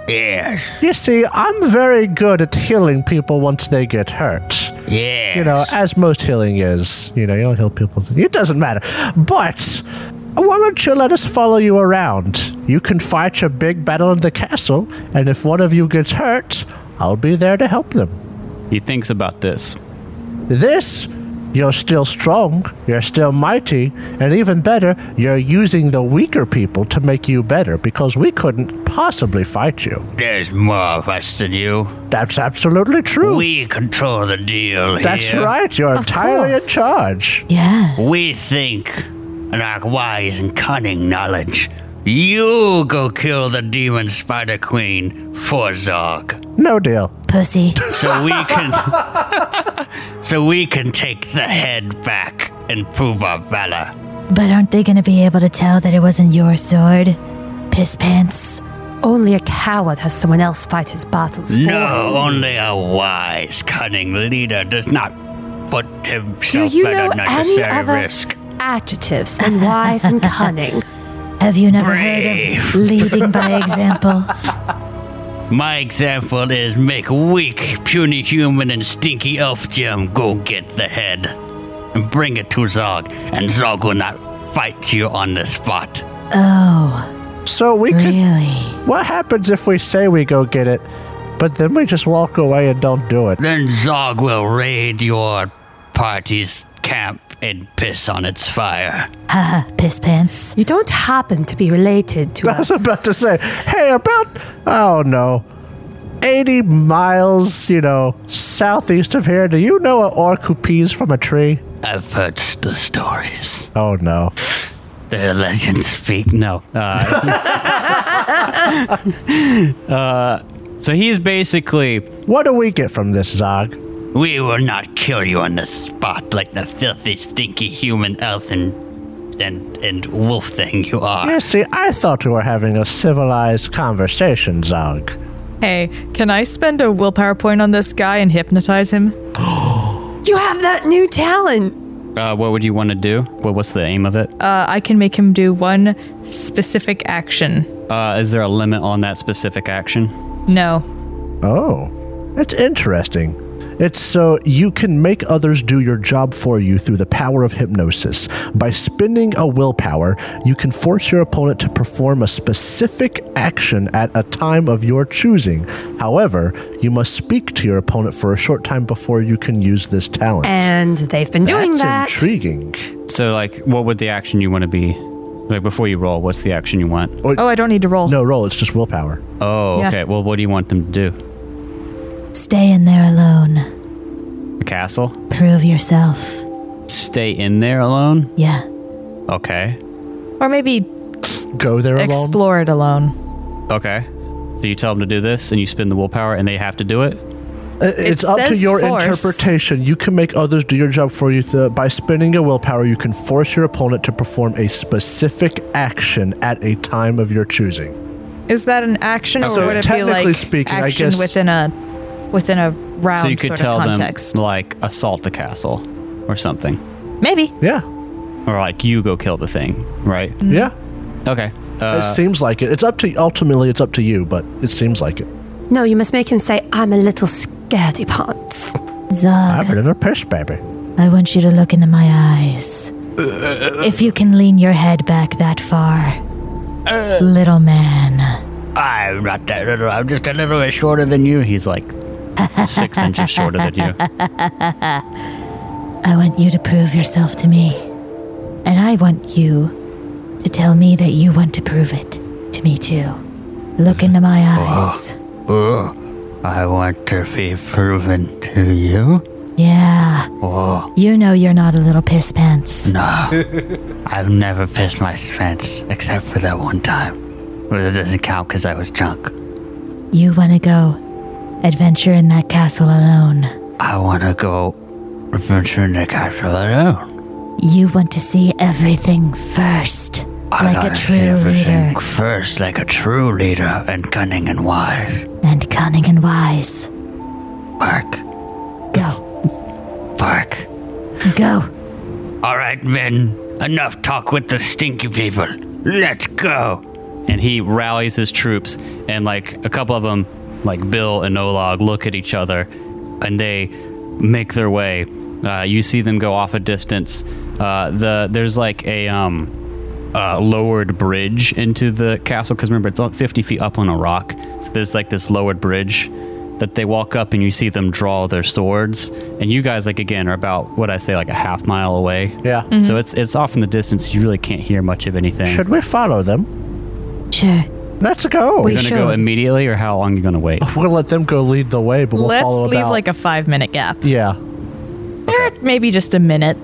I: Yes,
C: You see, I'm very good at healing people once they get hurt.
I: yes.
C: You know, as most healing is. You know, you don't heal people. It doesn't matter. But why don't you let us follow you around? You can fight your big battle in the castle, and if one of you gets hurt, I'll be there to help them.
D: He thinks about this.
C: This, you're still strong, you're still mighty, and even better, you're using the weaker people to make you better because we couldn't possibly fight you.
I: There's more of us than you.
C: That's absolutely true.
I: We control the deal
C: That's
I: here.
C: right, you're entirely in
F: course.
C: charge.
B: Yeah.
I: We think, and our wise and cunning knowledge, You go kill the demon spider queen for Zog.
C: No deal.
B: Pussy.
I: So we can So we can take the head back and prove our valor.
B: But aren't they going to be able to tell that it wasn't your sword? Piss pants.
F: Only a coward has someone else fight his battles for
I: No,
F: him.
I: only a wise, cunning leader does not put
F: Do
I: himself
F: you
I: at
F: know any
I: unnecessary
F: other
I: risk.
F: adjectives than wise and cunning?
B: Have you never
I: Brave.
B: heard of leading by example?
I: My example is make weak, puny human and stinky elf gem go get the head and bring it to Zog, and Zog will not fight you on the spot.
B: Oh,
C: So we could.
B: really?
C: What happens if we say we go get it, but then we just walk away and don't do it?
I: Then Zog will raid your party's camp and piss on its fire.
B: Haha, piss pants.
F: You don't happen to be related to
C: I was
F: us.
C: about to say, hey, about, oh no, 80 miles, you know, southeast of here, do you know an orc who pees from a tree?
I: I've heard the stories.
C: Oh no.
I: The legends speak.
D: No. Uh, uh, so he's basically
C: What do we get from this, Zog?
I: We will not kill you on the spot like the filthy, stinky human elf and and and wolf thing you are.
C: You see, I thought we were having a civilized conversation, Zog.
E: Hey, can I spend a willpower point on this guy and hypnotize him?
F: You have that new talent.
D: uh, what would you want to do? What, what's the aim of it? Uh,
E: Uh, I can make him do one specific action.
D: Uh, is there a limit on that specific action?
E: No.
C: Oh, that's interesting. It's so you can make others do your job for you through the power of hypnosis. By spending a willpower, you can force your opponent to perform a specific action at a time of your choosing. However, you must speak to your opponent for a short time before you can use this talent.
F: And they've been doing
C: that's
F: that.
C: intriguing.
D: So, like, what would the action you want to be? Like, before you roll, what's the action you want?
E: Oh, I don't need to roll.
C: No, roll. It's just willpower.
D: Oh,
E: Yeah.
D: okay. Well, what do you want them to do?
B: Stay in there alone.
D: A castle?
B: Prove yourself.
D: Stay in there alone?
B: Yeah.
D: Okay.
E: Or maybe
C: Go there alone.
E: explore it alone.
D: Okay. So you tell them to do this and you spend the willpower and they have to do it?
C: Uh, It's
E: It
C: up to
E: says
C: your
E: force.
C: interpretation. You can make others do your job for you th- by spending a willpower. You can force your opponent to perform a specific action at a time of your choosing.
E: Is that an action, or
C: So
E: would it be
C: technically
E: like
C: speaking, I
E: action
C: guess-
E: within a within a round
D: so you could
E: sort
D: tell
E: of context?
D: them, like, assault the castle or something.
E: Maybe.
C: Yeah,
D: Or, like, you go kill the thing, right?
E: Mm-hmm.
C: yeah.
D: Okay. Uh,
C: it seems like it. It's up to ultimately. It's up to you, but it seems like it.
F: No, you must make him say, I'm a little scaredy pants.
B: Zog,
C: I'm in a piss, baby.
B: I want you to look into my eyes. If you can lean your head back that far, little man.
I: I'm not that little. I'm just a little bit shorter than you. He's like
D: six inches shorter than you.
B: I want you to prove yourself to me. And I want you to tell me that you want to prove it to me, too. Look into my eyes.
I: I want to be proven to you.
B: Yeah. You know you're not a little piss pants.
I: I've never pissed my pants except for that one time. But it doesn't count because I was drunk.
B: You want to go adventure in that castle alone.
I: I want to go adventure in the castle alone.
B: You want to see everything first,
I: I
B: like a
I: gotta see
B: true
I: everything
B: leader
I: first, like a true leader and cunning and wise.
B: and cunning and wise.
I: Bark,
B: Go,
I: bark.
B: go.
I: All right, men. Enough talk with the stinky people. Let's go.
D: and he rallies his troops and like a couple of them like bill and olog look at each other and they make their way uh, you see them go off a distance uh, the there's like a um uh, lowered bridge into the castle because remember it's like 50 feet up on a rock so there's like this lowered bridge that they walk up and you see them draw their swords and you guys like again are about what i say like a half mile away
C: Yeah.
D: so it's it's off in the distance you really can't hear much of anything
C: Should we follow them?
B: Sure.
C: Let's go.
B: We
C: We-
D: you're gonna go
B: should.
D: immediately, or how long you gonna wait?
C: will let them go lead the way, but we'll
E: Let's
C: follow
E: leave
C: about.
E: like a five minute gap.
C: yeah,
E: Or maybe just a minute.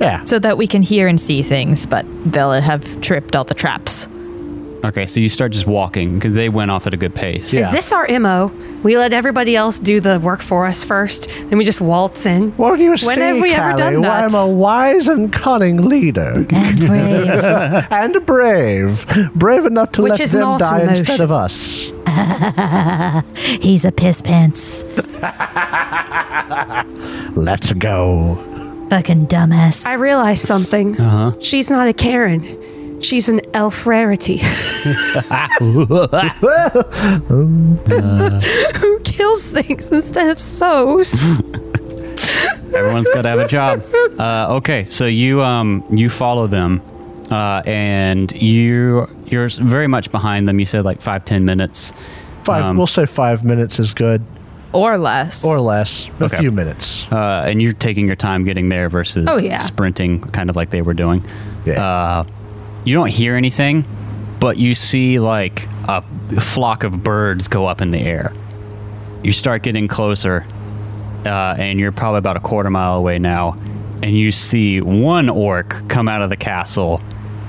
C: yeah.
E: so that we can hear and see things, but they'll have tripped all the traps.
D: Okay, so you start just walking because they went off at a good pace.
F: Is this our MO? We let everybody else do the work for us first, then we just waltz in.
C: What do you
F: When
C: say,
F: have we ever
C: Callie?
F: done
C: Why
F: that?
C: I'm a wise and cunning leader. And brave. and brave. Brave enough to
B: Which
C: let
B: is
C: them
B: not
C: die
B: an
C: instead
B: ocean.
C: of us.
B: He's a piss pants.
C: Let's go.
B: Fucking dumbass.
F: I realized something. Uh-huh. She's not a Karen. She's an elf rarity. Who kills things instead of
C: Mm-hmm.
F: sews?
D: Everyone's got to have a job. Uh, okay, so you um you follow them, uh, and you you're very much behind them. You said like five ten minutes.
C: Five.
D: Um,
C: we'll say five minutes is good,
E: or less.
C: or less. A
D: Okay.
C: few minutes.
D: uh, and you're taking your time getting there versus
E: Oh, yeah.
D: sprinting, kind of like they were doing.
C: Yeah.
D: Uh, you don't hear anything, but you see like a flock of birds go up in the air. You start getting closer, uh, and you're probably about a quarter mile away now, and you see one orc come out of the castle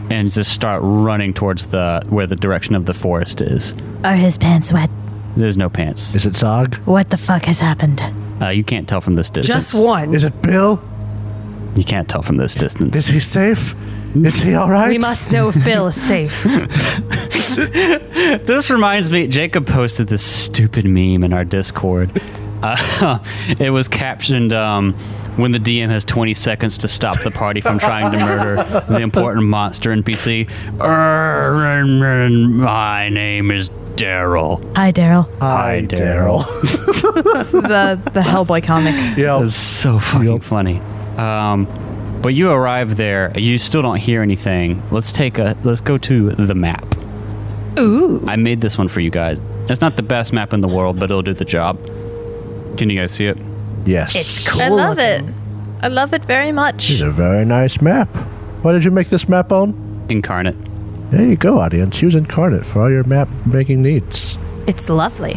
D: and just start running towards the where the direction of the forest is.
B: Are his pants wet?
D: There's no pants.
C: Is it Zog?
B: What the fuck has happened?
D: Uh, you can't tell from this distance.
F: Just one.
C: Is it Bill?
D: You can't tell from this distance.
C: Is he safe? Is he all right?
F: We must know if Bill is safe.
D: This reminds me, Jacob posted this stupid meme in our Discord. Uh, it was captioned um, when the DM has 20 seconds to stop the party from trying to murder the important monster NPC. "Err, My name is Daryl.
B: Hi, Daryl.
C: Hi, Daryl.
E: the the Hellboy comic.
C: yeah.
D: That's so fucking funny. Um, but you arrive there, you still don't hear anything. Let's take a let's go to the map.
F: Ooh.
D: I made this one for you guys. It's not the best map in the world, but it'll do the job. Can you guys see it?
C: Yes.
B: It's
H: I
B: cool.
H: love
B: looking.
H: it. I love it very much.
C: It's a very nice map. Why did you make this map on?
D: Incarnate.
C: There you go, audience. Use Incarnate for all your map making needs.
F: It's lovely.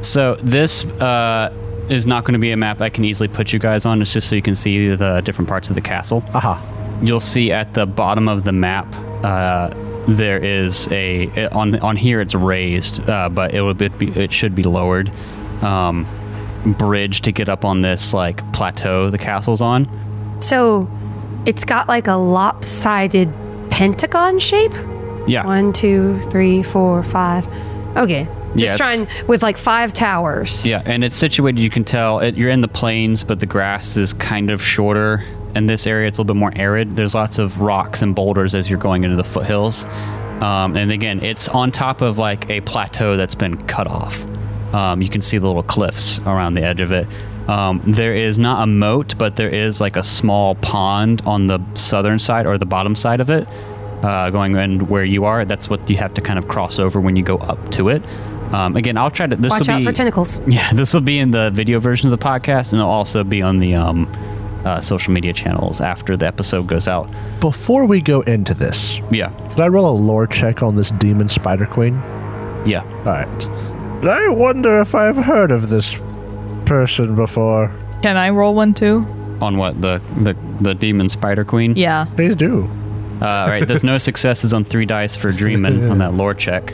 D: So this uh, is not going to be a map I can easily put you guys on. It's just so you can see the different parts of the castle.
C: Aha.
D: You'll see at the bottom of the map uh, there is a on on here it's raised, uh, but it will be it should be lowered. Um, bridge to get up on this like plateau the castle's on.
F: So it's got like a lopsided pentagon shape.
D: Yeah.
F: One, two, three, four, five. Okay.
D: Yeah,
F: Just
D: it's-
F: trying with like five towers.
D: Yeah, and it's situated. You can tell it, you're in the plains, but the grass is kind of shorter. In this area, it's a little bit more arid. There's lots of rocks and boulders as you're going into the foothills. Um, and again, it's on top of like a plateau that's been cut off. Um, you can see the little cliffs around the edge of it. Um, there is not a moat, but there is like a small pond on the southern side or the bottom side of it, uh, going in where you are. That's what you have to kind of cross over when you go up to it. Um, again, I'll try to. This
F: Watch
D: will
F: out
D: be,
F: for tentacles.
D: yeah, this will be in the video version of the podcast, and it'll also be on the um, uh, social media channels after the episode goes out.
C: Before we go into this,
D: Yeah,
C: can I roll a lore check on this demon spider queen?
D: yeah.
C: All right. I wonder if I've heard of this person before.
E: Can I roll one too?
D: On what the the, the demon spider queen?
E: Yeah.
C: Please do.
D: Uh, all right. There's no successes on three dice for dreaming on that lore check.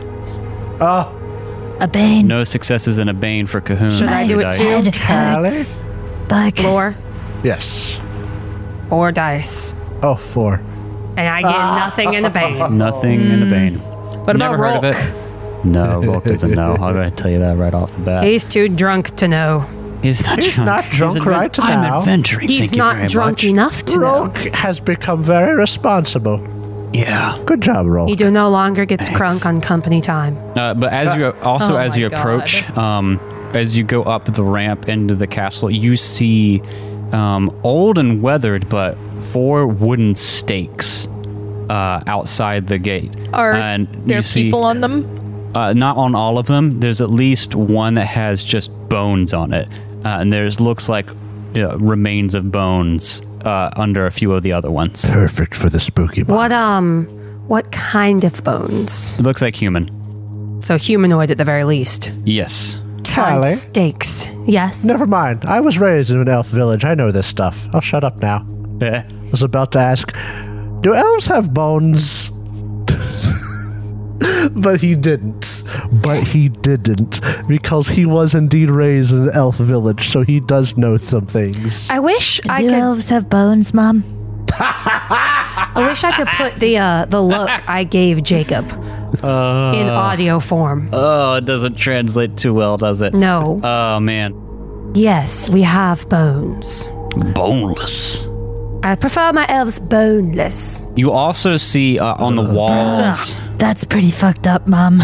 B: A bane.
D: No successes in a bane for Cahoon.
F: Should I
D: on
F: do
D: three
F: it
D: dice.
F: too?
B: Head
C: Callie?
B: hurts. Bug.
F: Lore
C: Yes.
F: or dice.
C: Oh, four.
F: And I get nothing in the bag.
D: Nothing in a bane. What Never
E: about
D: heard of it. No, Rolk doesn't know. I'll go ahead and tell you that right off the bat.
F: He's too drunk to know.
D: He's not
C: He's
D: drunk.
C: not drunk
D: adven-
C: right now.
D: I'm adventuring.
F: He's
D: thank you very
F: not drunk
D: much.
F: enough to know.
C: Rogue has become very responsible.
D: Yeah.
C: Good job, Rogue.
F: He do no longer gets crunk on company time.
D: Uh, but as you also
E: Oh
D: as
E: my
D: you approach, um, as you go up the ramp into the castle, you see um, old and weathered, but four wooden stakes uh, outside the gate.
E: Are
D: and
E: there
D: you see,
E: people on them?
D: uh, not on all of them. There's at least one that has just bones on it, uh, and there's looks like you know, remains of bones uh, under a few of the other ones. It
C: Perfect for the spooky month.
F: What um what kind of bones?
D: looks like human.
F: So humanoid at the very least.
D: Yes.
C: Callie?
F: On stakes. Yes.
C: Never mind. I was raised in an elf village. I know this stuff. I'll shut up now. I was about to ask, do elves have bones? but he didn't. But he didn't because he was indeed raised in an elf village, so he does know some things.
F: I wish I
B: Do
F: could.
B: elves have bones, Mom?
F: I wish I could put the uh, the look I gave Jacob
D: Uh.
F: in audio form.
D: Oh, it doesn't translate too well, does it?
F: No.
D: Oh man.
F: Yes, we have bones.
I: Boneless.
F: I prefer my elves boneless.
D: You also see uh, on the walls.
B: That's pretty fucked up, Mom.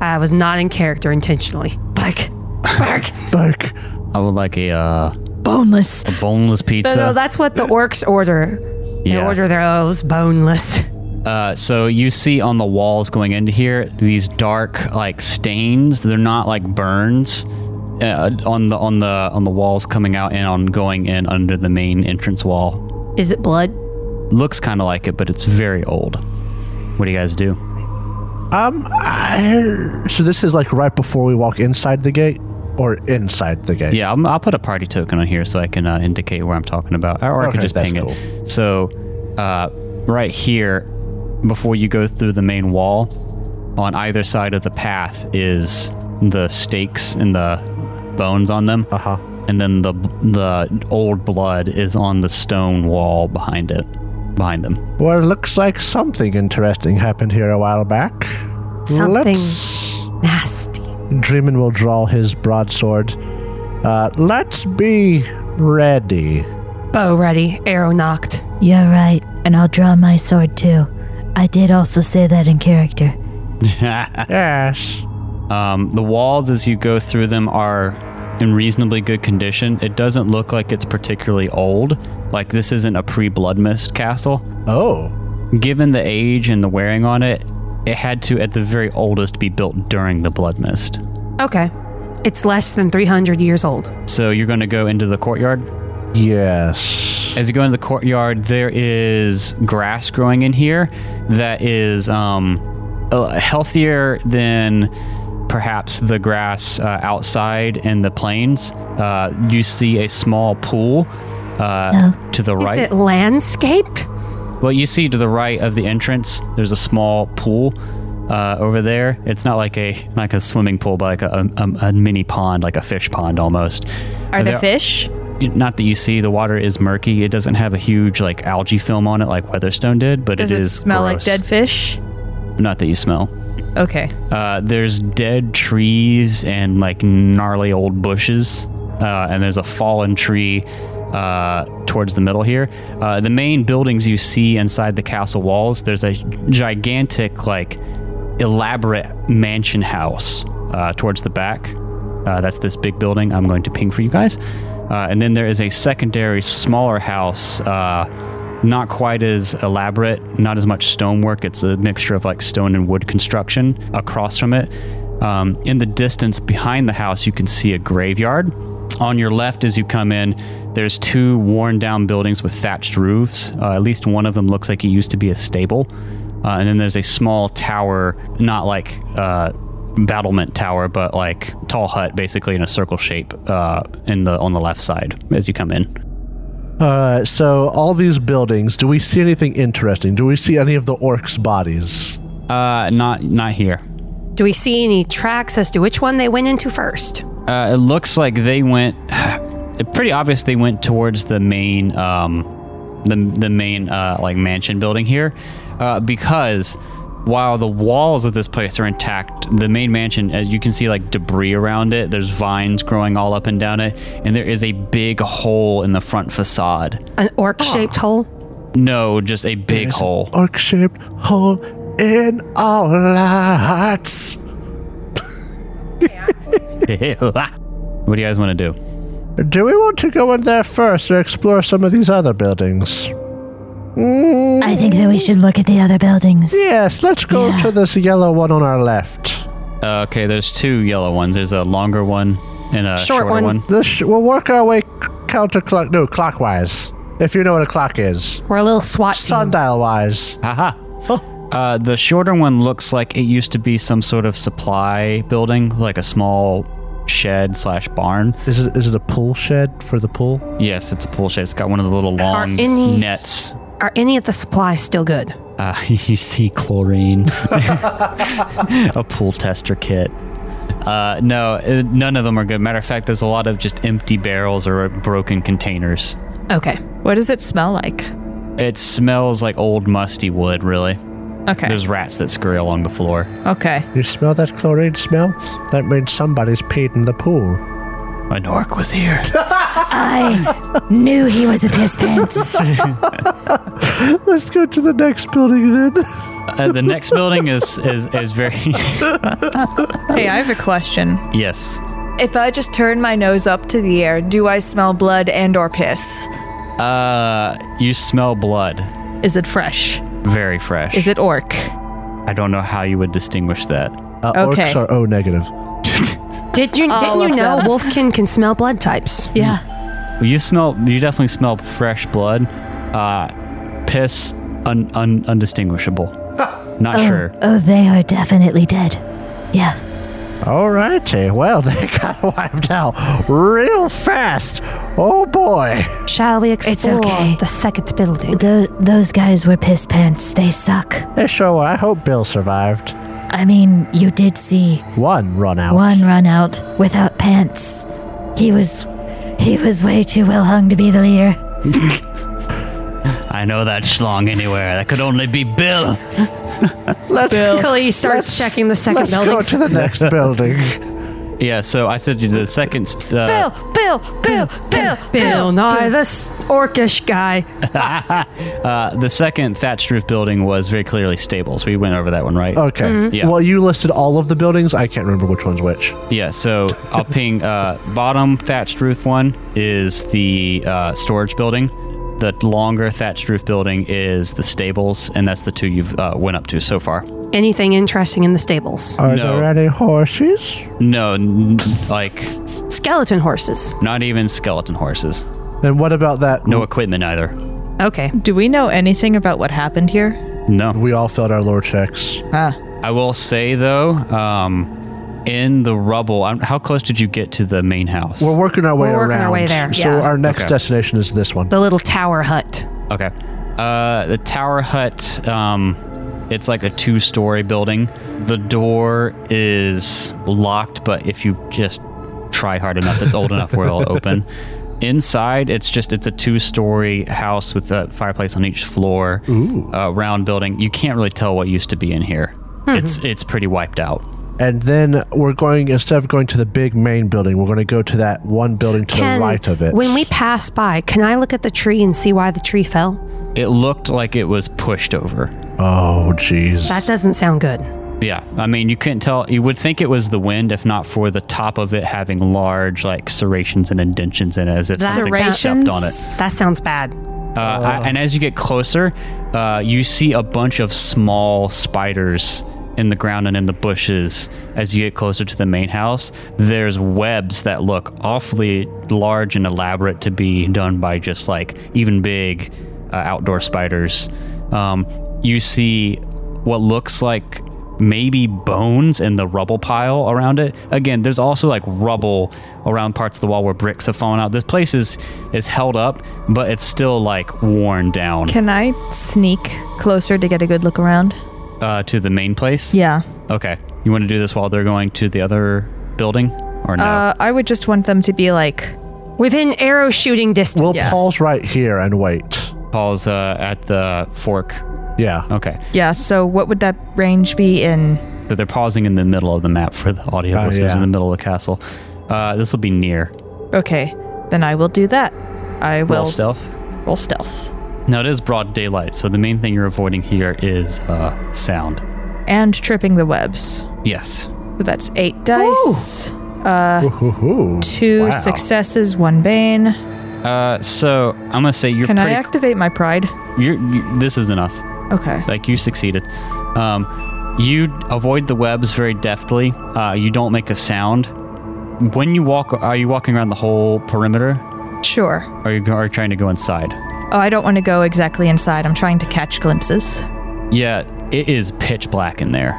F: I was not in character intentionally. Like, bark.
C: Bark.
D: I would like a uh,
B: Boneless.
D: boneless pizza.
F: No, no, that's what the orcs order. They
D: Yeah.
F: order their elves boneless.
D: Uh, so you see on the walls going into here these dark like stains. They're not like burns uh, on the on the on the walls coming out and on going in under the main entrance wall.
F: Is it blood?
D: Looks kind of like it, but it's very old. What do you guys do?
C: Um, I, so this is like right before we walk inside the gate or inside the gate.
D: Yeah, I'm, I'll put a party token on here so I can uh, indicate where I'm talking about, or I
C: Okay,
D: could just
C: that's
D: ping it. So, uh, right here, before you go through the main wall, on either side of the path is the stakes and the bones on them,
C: Uh huh.
D: and then the the old blood is on the stone wall behind it, behind them.
C: Well, it looks like something interesting happened here a while back.
F: Something
C: Let's
F: nasty.
C: Dreamin will draw his broadsword. Uh, let's be ready.
F: Bow ready, arrow knocked.
B: You're right, and I'll draw my sword too. I did also say that in character.
C: Yes.
D: Um, the walls, as you go through them, are in reasonably good condition. It doesn't look like it's particularly old. Like this isn't a pre-blood mist castle.
C: Oh.
D: given the age and the wearing on it, it had to, at the very oldest, be built during the Blood Mist.
F: Okay. It's less than 300 years old.
D: So you're going to go into the courtyard.
C: Yes.
D: As you go into the courtyard, there is grass growing in here that is um, uh, healthier than perhaps the grass uh, outside in the plains. Uh, you see a small pool uh, to the
F: Is
D: right.
F: it landscaped?
D: Well, you see to the right of the entrance, there's a small pool uh, over there. It's not like a like a swimming pool, but like a, a, a mini pond, like a fish pond almost.
E: Are there fish?
D: Not that you see. The water is murky. It doesn't have a huge like algae film on it, like Weatherstone did, but
E: Does it,
D: it is
E: smell
D: gross.
E: like dead fish?
D: Not that you smell.
E: Okay.
D: Uh, there's dead trees and like gnarly old bushes, uh, and there's a fallen tree uh, towards the middle here. Uh, the main buildings you see inside the castle walls, there's a gigantic, like, elaborate mansion house uh, towards the back. Uh, that's this big building I'm going to ping for you guys. Uh, and then there is a secondary, smaller house. Uh, not quite as elaborate, not as much stonework. It's a mixture of like stone and wood construction across from it. Um, in the distance behind the house, you can see a graveyard. On your left, as you come in, there's two worn down buildings with thatched roofs. Uh, at least one of them looks like it used to be a stable. Uh, and then there's a small tower, not like uh, battlement tower, but like tall hut, basically in a circle shape, uh, in the on the left side as you come in.
C: Uh, so all these buildings. Do we see anything interesting? Do we see any of the orcs' bodies?
D: Uh, not not here.
F: Do we see any tracks as to which one they went into first?
D: Uh, it looks like they went. it pretty obvious they went towards the main, um, the the main uh, like mansion building here, uh, because while the walls of this place are intact, the main mansion, as you can see, like debris around it. There's vines growing all up and down it, and there is a big hole in the front facade.
F: An orc shaped hole?
D: No, just a big hole.
C: Orc-shaped hole in our hearts.
D: what do you guys want to do?
C: Do we want to go in there first or explore some of these other buildings?
B: I think that we should look at the other buildings.
C: Yes, let's go to this yellow one on our left.
D: Uh, okay, there's two yellow ones. There's a longer one and a
F: Short
D: shorter
F: one.
D: one.
C: This sh- we'll work our way c- counterclock no clockwise. If you know what a clock is,
F: We're a little SWAT team.
C: sundial wise.
D: Uh, the shorter one looks like it used to be some sort of supply building, like a small shed slash barn.
C: Is it is it a pool shed for the pool?
D: Yes, it's a pool shed. It's got one of the little long
F: any-
D: nets.
F: Are any of the supplies still good?
D: Uh, you see chlorine, a pool tester kit. Uh, no, uh, none of them are good. Matter of fact, there's a lot of just empty barrels or broken containers.
E: Okay. What does it smell like?
D: It smells like old musty wood, really.
E: Okay.
D: There's rats that scurry along the floor.
E: Okay.
C: You smell that chlorine smell? That means somebody's peed in the pool.
D: An orc was here.
B: I knew he was a piss pants.
C: Let's go to the next building then.
D: Uh, the next building is is, is very.
E: hey, I have a question.
D: Yes.
J: If I just turn my nose up to the air, do I smell blood and or piss?
D: Uh, you smell blood.
E: Is it fresh?
D: Very fresh.
E: Is it orc?
D: I don't know how you would distinguish that.
C: Uh,
E: Okay.
C: Orcs are O negative.
F: Did you
C: Oh,
E: I'll
F: didn't you
E: look
F: know
E: that up.
F: Wolfkin can smell blood types?
E: Yeah.
D: You smell. You definitely smell fresh blood. Uh, piss un, un, undistinguishable. Not sure.
B: Oh, they are definitely dead. Yeah.
C: Alrighty, well, they got wiped out real fast. Oh boy.
F: Shall we explore
B: okay.
F: the second building?
B: Tho- those guys were piss pants. They suck.
C: Hey, sure, I hope Bill survived.
B: I mean, you did see
C: One run out.
B: one run out without pants. He was. He was way too well hung to be the leader.
I: I know that schlong anywhere. That could only be Bill.
C: Let's,
F: Kali starts
C: let's-
F: checking the second
C: let's
F: building.
C: go to the next building.
D: Yeah. So I said you the second. st- Uh,
J: Bill, Bill, Bill, Bill,
F: Bill Nye, this orcish guy.
D: Uh, the second thatched roof building was very clearly stables. We went over that one, right?
C: Okay.
F: Mm-hmm.
D: Yeah.
C: Well, you listed all of the buildings. I can't remember which one's which.
D: Yeah. So I'll ping. Uh, bottom thatched roof one is the uh, storage building. The longer thatched roof building is the stables, and that's the two you've uh, went up to so far.
F: Anything interesting in the stables?
C: Are
D: No.
C: there any horses?
D: No, n- like
F: Skeleton horses.
D: not even skeleton horses.
C: Then what about that?
D: No equipment either.
F: Okay.
E: Do we know anything about what happened here?
D: No.
C: We all failed our lore checks.
D: I will say though, um, in the rubble. I'm, how close did you get to the main house?
C: We're working our way
F: We're
C: around.
F: working our way there,
C: So
F: yeah.
C: our next
D: Okay.
C: destination is this one.
F: The little tower hut.
D: Okay. Uh, the tower hut. Um, it's like a two-story building. The door is locked, but if you just try hard enough, it's old enough where it'll open. Inside, it's just it's a two-story house with a fireplace on each floor. Ooh. Uh, round building. You can't really tell what used to be in here. It's it's pretty wiped out.
C: And then we're going instead of going to the big main building, we're going to go to that one building to
F: Can,
C: the right of it.
F: When we pass by, can I look at the tree and see why the tree fell?
D: It looked like it was pushed over.
C: oh, jeez.
F: That doesn't sound good.
D: Yeah, I mean, you couldn't tell. You would think it was the wind, if not for the top of it having large, like serrations and indentions in it, as if
F: That-
D: something stepped on it.
F: That sounds bad.
D: Uh, I- and as you get closer, uh, you see a bunch of small spiders in the ground and in the bushes. As you get closer to the main house, there's webs that look awfully large and elaborate to be done by just like even big uh, outdoor spiders. Um, you see what looks like maybe bones in the rubble pile around it. Again, there's also like rubble around parts of the wall where bricks have fallen out. This place is is held up, but it's still like worn down
E: Can I sneak closer to get a good look around?
D: uh, to the main place.
E: Yeah.
D: Okay. You want to do this while they're going to the other building, or no?
E: Uh, I would just want them to be like,
F: Within arrow shooting distance.
C: we'll pause right here and wait.
D: Paul's uh, at the fork.
C: Yeah.
D: Okay.
E: yeah. So what would that range be in?
D: So they're pausing in the middle of the map for the audio
C: Oh,
D: listeners
C: yeah.
D: in the middle of the castle. Uh, this will be near.
E: Okay, then I will do that. I will
D: Roll stealth.
E: roll stealth.
D: Now it is broad daylight, so the main thing you're avoiding here is uh, sound.
E: and tripping the webs.
D: Yes.
E: So that's eight dice, Uh,
C: Ooh,
E: two
C: wow.
E: successes, one bane.
D: Uh, so I'm gonna say you're
E: Can I
D: pretty.
E: activate my pride?
D: you're, you, this is enough.
E: Okay.
D: Like you succeeded. Um, you avoid the webs very deftly. Uh, you don't make a sound. When you walk, are you walking around the whole perimeter?
E: Sure.
D: Or are you, go- are you trying to go inside?
E: Oh, I don't want to go exactly inside. I'm trying to catch glimpses.
D: Yeah, it is pitch black in there.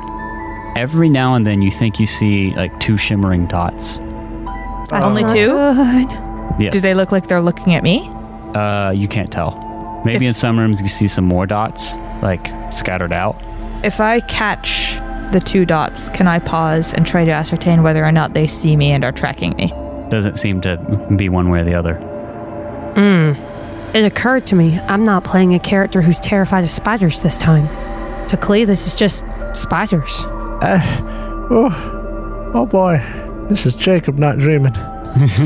D: Every now and then, you think you see like two shimmering dots.
E: Only two?
D: Yes.
E: Do they look like they're looking at me?
D: Uh, you can't tell. Maybe
E: If-
D: in some rooms you see some more dots. like scattered out.
E: If I catch the two dots, can I pause and try to ascertain whether or not they see me and are tracking me?
D: Doesn't seem to be one way or the other.
F: Mm. It occurred to me I'm not playing a character who's terrified of spiders this time. To Klee, this is just spiders.
C: Uh, oh, oh boy, this is Jacob not dreaming.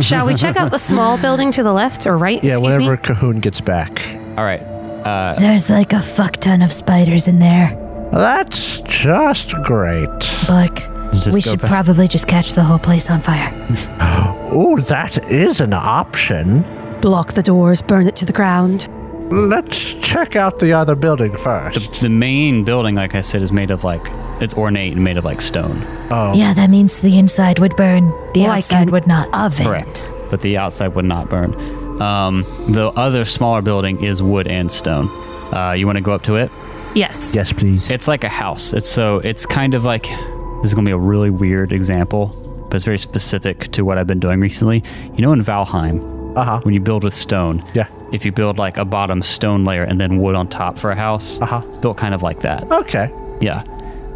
F: Shall we check out the small building to the left or right?
C: Yeah,
F: Excuse
C: whenever
F: me?
C: Cahoon gets back.
D: All right. Uh,
B: There's like a fuck ton of spiders in there.
C: That's just great.
B: Look,
D: Just
B: we
D: go
B: should
D: back.
B: probably just catch the whole place on fire.
C: Oh, that is an option.
F: Block the doors, burn it to the ground.
C: Let's check out the other building first.
D: the main building, like I said, is made of like it's ornate and made of like stone.
C: Oh,
B: Yeah, that means the inside would burn, the
F: Like
B: outside
F: an
B: would not.
F: Oven.
D: correct. But the outside would not burn. Um, the other smaller building is wood and stone. Uh, you want to go up to it?
F: Yes.
C: yes, please.
D: It's like a house. It's so it's kind of like this is gonna be a really weird example, but it's very specific to what I've been doing recently. You know, in Valheim,
C: Uh huh.
D: when you build with stone,
C: Yeah.
D: if you build like a bottom stone layer and then wood on top for a house,
C: Uh-huh.
D: it's built kind of like that.
C: Okay.
D: Yeah,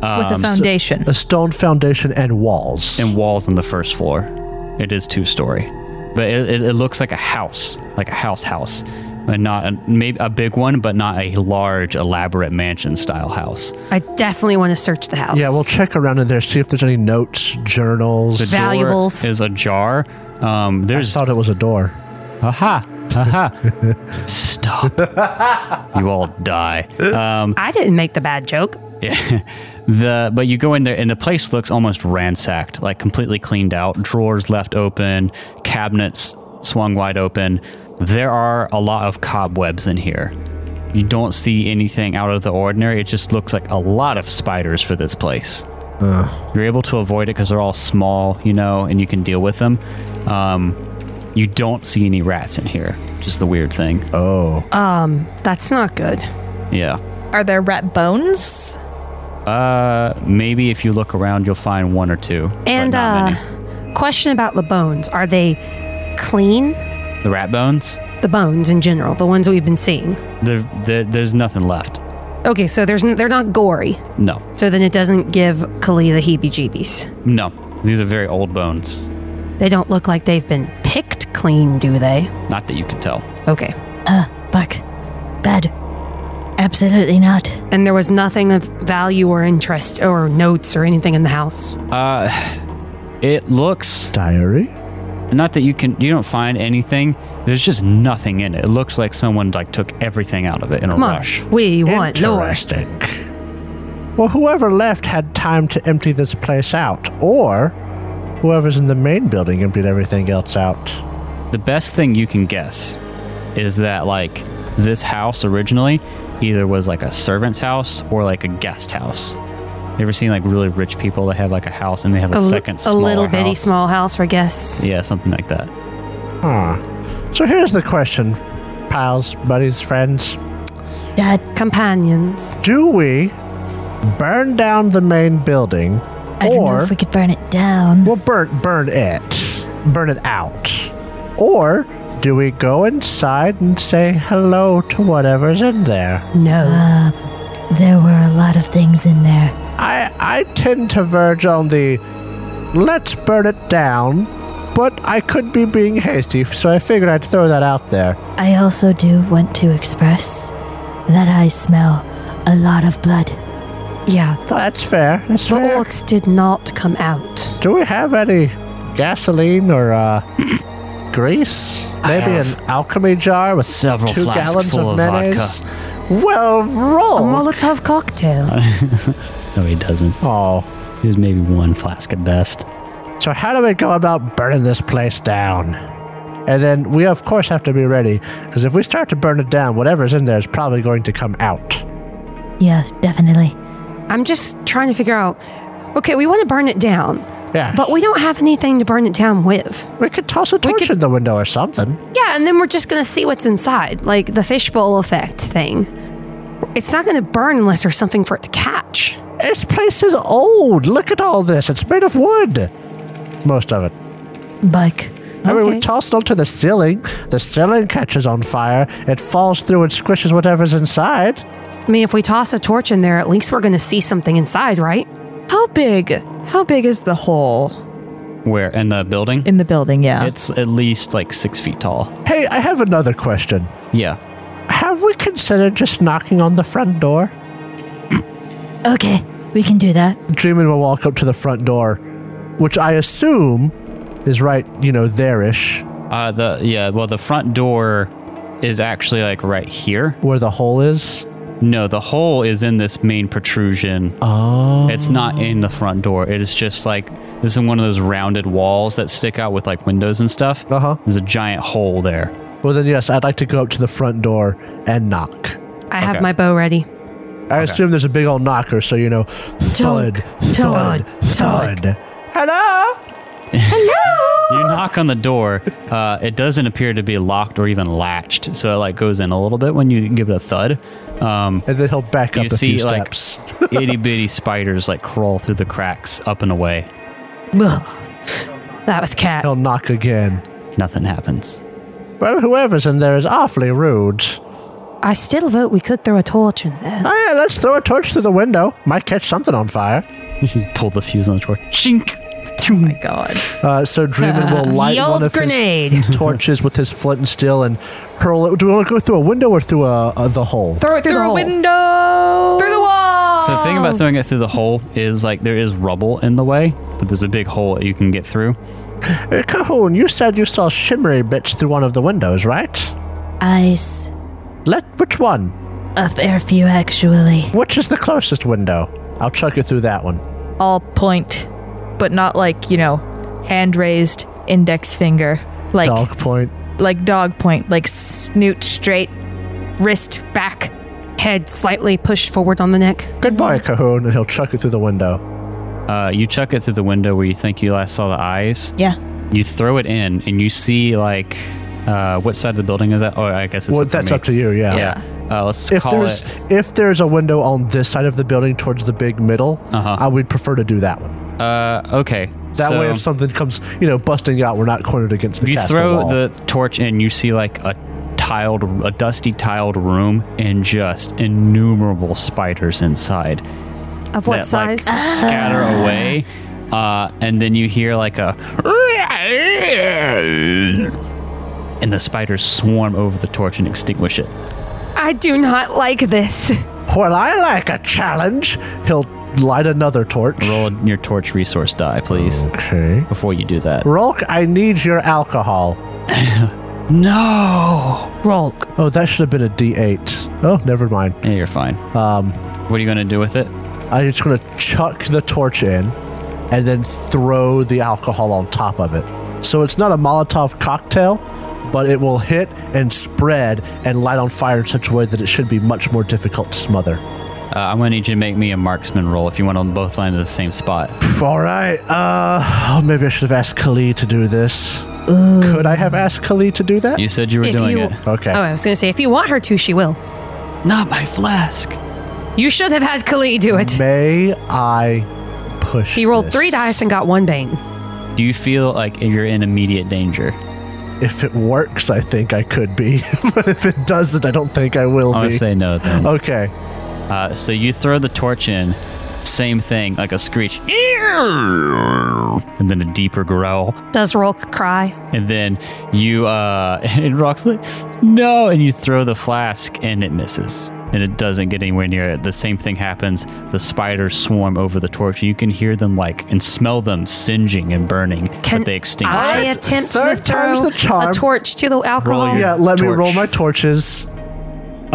D: Um,
E: With a foundation.
C: A stone foundation and walls.
D: and walls on the first floor. It is two story, but it, it, it looks like a house, like a house house, and not a, maybe a big one, but not a large, elaborate mansion style house.
F: I definitely want to search the house.
C: yeah, we'll check around in there, see if there's any notes, journals.
D: The door
F: Valuables.
D: is ajar. Um,
C: I
D: there's
C: thought it was a door.
D: aha aha. Stop! you all die.
F: I didn't make the bad joke.
D: The but you go in there and the place looks almost ransacked, like completely cleaned out. Drawers left open, cabinets swung wide open. There are a lot of cobwebs in here. You don't see anything out of the ordinary. It just looks like a lot of spiders for this place. You're able to avoid it because they're all small, you know, and you can deal with them. Um, you don't see any rats in here, which is the weird thing.
C: Oh.
F: That's not good.
D: Yeah.
J: Are there rat bones?
D: Uh, maybe if you look around, you'll find one or two. but
F: And
D: not
F: uh
D: many.
F: question about the bones. Are they clean?
D: the rat bones.
F: The bones in general, the ones we've been seeing.
D: There, there, there's nothing left.
F: Okay, so there's n- they're not gory.
D: No,
F: So then it doesn't give Kali the heebie-jeebies.
D: no. These are very old bones.
F: They don't look like they've been picked clean, do they?
D: Not that you can tell.
F: Okay.
B: Bark. Bad. Absolutely not.
F: And there was nothing of value or interest or notes or anything in the house.
D: Uh, it looks.
C: Diary?
D: Not that you can. You don't find anything. There's just nothing in it. It looks like someone like took everything out of it in
F: Come
D: a
F: on.
D: rush.
F: We want lore.
C: Interesting. Well, whoever left had time to empty this place out, or whoever's in the main building emptied everything else out.
D: The best thing you can guess is that like this house originally either was like a servant's house or like a guest house. You ever seen like really rich people that have like a house and they have a,
F: li-
D: second
F: a
D: smaller
F: little bitty
D: house?
F: small house for guests.
D: Yeah, something like that.
C: Huh. So here's the question, pals, buddies, friends.
B: Dad,
F: Companions.
C: Do we burn down the main building,
B: I don't know
C: or
B: if we could burn it down.
C: Well, burn, burn it. Burn it out. Or do we go inside and say hello to whatever's in there?
F: No.
B: There were a lot of things in there.
C: I, I tend to verge on the let's burn it down, but I could be being hasty, so I figured I'd throw that out there.
B: I also do want to express that I smell a lot of blood.
F: yeah,
C: Well,
F: the,
C: that's fair. That's
F: the
C: fair.
F: orcs did not come out.
C: Do we have any gasoline or uh, grease? Maybe an alchemy jar with
D: Several
C: two
D: flasks
C: gallons
D: full
C: of
D: of vodka.
C: mayonnaise. Well,
F: A
C: roll.
F: Molotov cocktail.
D: Uh. No, he doesn't.
C: Oh.
D: There's maybe one flask at best.
C: So how do we go about burning this place down? And then we of course have to be ready, because if we start to burn it down, whatever's in there is probably going to come out.
B: Yeah, definitely.
F: I'm just trying to figure out. Okay, we want to burn it down,
C: Yeah.
F: but we don't have anything to burn it down with.
C: we could toss a torch
F: could-
C: in the window or something.
F: Yeah, and then we're just gonna see what's inside, like the fishbowl effect thing. It's not gonna burn unless there's something for it to catch.
C: This place is old. Look at all this. It's made of wood. Most of it.
B: Bark.
C: I mean, we
F: Okay.
C: tossed it to the ceiling. The ceiling catches on fire. It falls through and squishes whatever's inside.
F: I mean, if we toss a torch in there, at least we're going to see something inside, right?
E: How big? How big is the hole?
D: Where in the building?
E: In the building, yeah.
D: It's at least like six feet tall.
C: Hey, I have another question.
D: Yeah.
C: Have we considered just knocking on the front door?
B: okay, we can do that.
C: Dreamin will walk up to the front door, which I assume is right, you know, there-ish.
D: Uh, the yeah. Well, the front door is actually like right here,
C: where the hole is.
D: No, the hole is in this main protrusion.
C: Oh.
D: It's not in the front door. It is just like this is one of those rounded walls that stick out with like windows and stuff.
C: Uh huh.
D: There's a giant hole there.
C: Well, then yes, I'd like to go up to the front door and knock.
F: I have okay. my bow ready.
C: I okay. assume there's a big old knocker, so you know, thud, Talk. thud, thud. thud.
K: Hello.
D: Hello. you knock on the door. Uh, it doesn't appear to be locked or even latched, so it like goes in a little bit when you give it a thud. Um,
C: and then he'll back up a see, few steps.
D: Like, itty bitty spiders like crawl through the cracks up and away.
F: Ugh, that was cat.
C: He'll knock again.
D: Nothing happens.
C: Well, whoever's in there is awfully rude.
F: I still vote we could throw a torch in there.
C: Oh yeah, let's throw a torch through the window. Might catch something on fire.
D: He's pulled the fuse on the torch. Chink.
E: Oh my god.
C: Uh, so Dreamin will light
B: uh,
C: one of
B: grenade.
C: his torches with his flint and steel and hurl it. Do we want to go through a window or through a, uh, the hole?
F: Throw it through,
E: through
F: the
E: a window.
F: Through the wall.
D: So the thing about throwing it through the hole is like there is rubble in the way, but there's a big hole that you can get through.
C: Uh, Cahoon, you said you saw shimmery bits through one of the windows, right?
B: Eyes.
C: Let which one?
B: Up airview, actually.
C: Which is the closest window? I'll chuck you through that one.
E: I'll point but not like you know hand raised index finger like
C: dog point
E: like dog point like snoot straight wrist back
F: head slightly pushed forward on the neck
C: goodbye
B: Mm.
C: cahoon and he'll chuck it through the window
D: uh, you chuck it through the window where you think you last saw the eyes
E: yeah
D: you throw it in and you see like uh, what side of the building is that? Oh, I guess it's
C: well,
D: up
C: that's
D: to
C: up to you. Yeah.
D: Yeah. Uh, let's
C: if
D: call
C: there's
D: it.
C: if there's a window on this side of the building towards the big middle,
D: Uh-huh.
C: I would prefer to do that one.
D: Uh, okay.
C: That
D: so
C: way, if something comes, you know, busting out, we're not cornered against the.
D: you
C: castle
D: throw
C: wall.
D: the torch in, you see like a tiled, a dusty tiled room, and just innumerable spiders inside.
F: Of what
D: that, like,
F: size?
D: scatter away, uh, and then you hear like a, and the spiders swarm over the torch and extinguish it.
F: I do not like this.
C: Well, I like a challenge. He'll light another torch.
D: Roll your torch resource die, please,
C: Oh. Okay.
D: before you do that.
C: Rolk, I need your alcohol.
D: No,
F: Rolk.
C: Oh, that should have been a D8. Oh, never mind.
D: yeah, you're fine.
C: Um,
D: What are you gonna do with it?
C: I'm just going to chuck the torch in and then throw the alcohol on top of it. So it's not a Molotov cocktail, but it will hit and spread and light on fire in such a way that it should be much more difficult to smother.
D: Uh, I'm gonna need you to make me a marksman roll if you want on both land at the same spot.
C: All right. Uh, oh, maybe I should have asked Khalid to do this. Could I have asked Khalid to do that?
D: You said you were
F: If
D: doing
F: you-
D: it.
C: okay.
F: Oh, I was going to say, if you want her to, she will.
I: Not my flask.
F: You should have had Khalid do it.
C: May I push?
F: He rolled
C: this?
F: three dice and got one bane.
D: Do you feel like you're in immediate danger?
C: If it works, I think I could be. but if it doesn't, I don't think I will
D: I'm gonna
C: be.
D: say no then.
C: Okay.
D: Uh, so you throw the torch in, same thing, like a screech, and then a deeper growl,
F: Does Rolk cry?
D: and then you uh, and Rock's like, no, and you throw the flask, and it misses, and it doesn't get anywhere near it. The same thing happens. The spiders swarm over the torch, and you can hear them like and smell them singeing and burning,
F: Can
D: but they extinguish
F: I
D: it.
F: attempt to
C: Third time's
F: throw
C: the charm.
F: a torch to the alcohol.
D: your-
C: Yeah, let me
D: Torch.
C: roll my torches.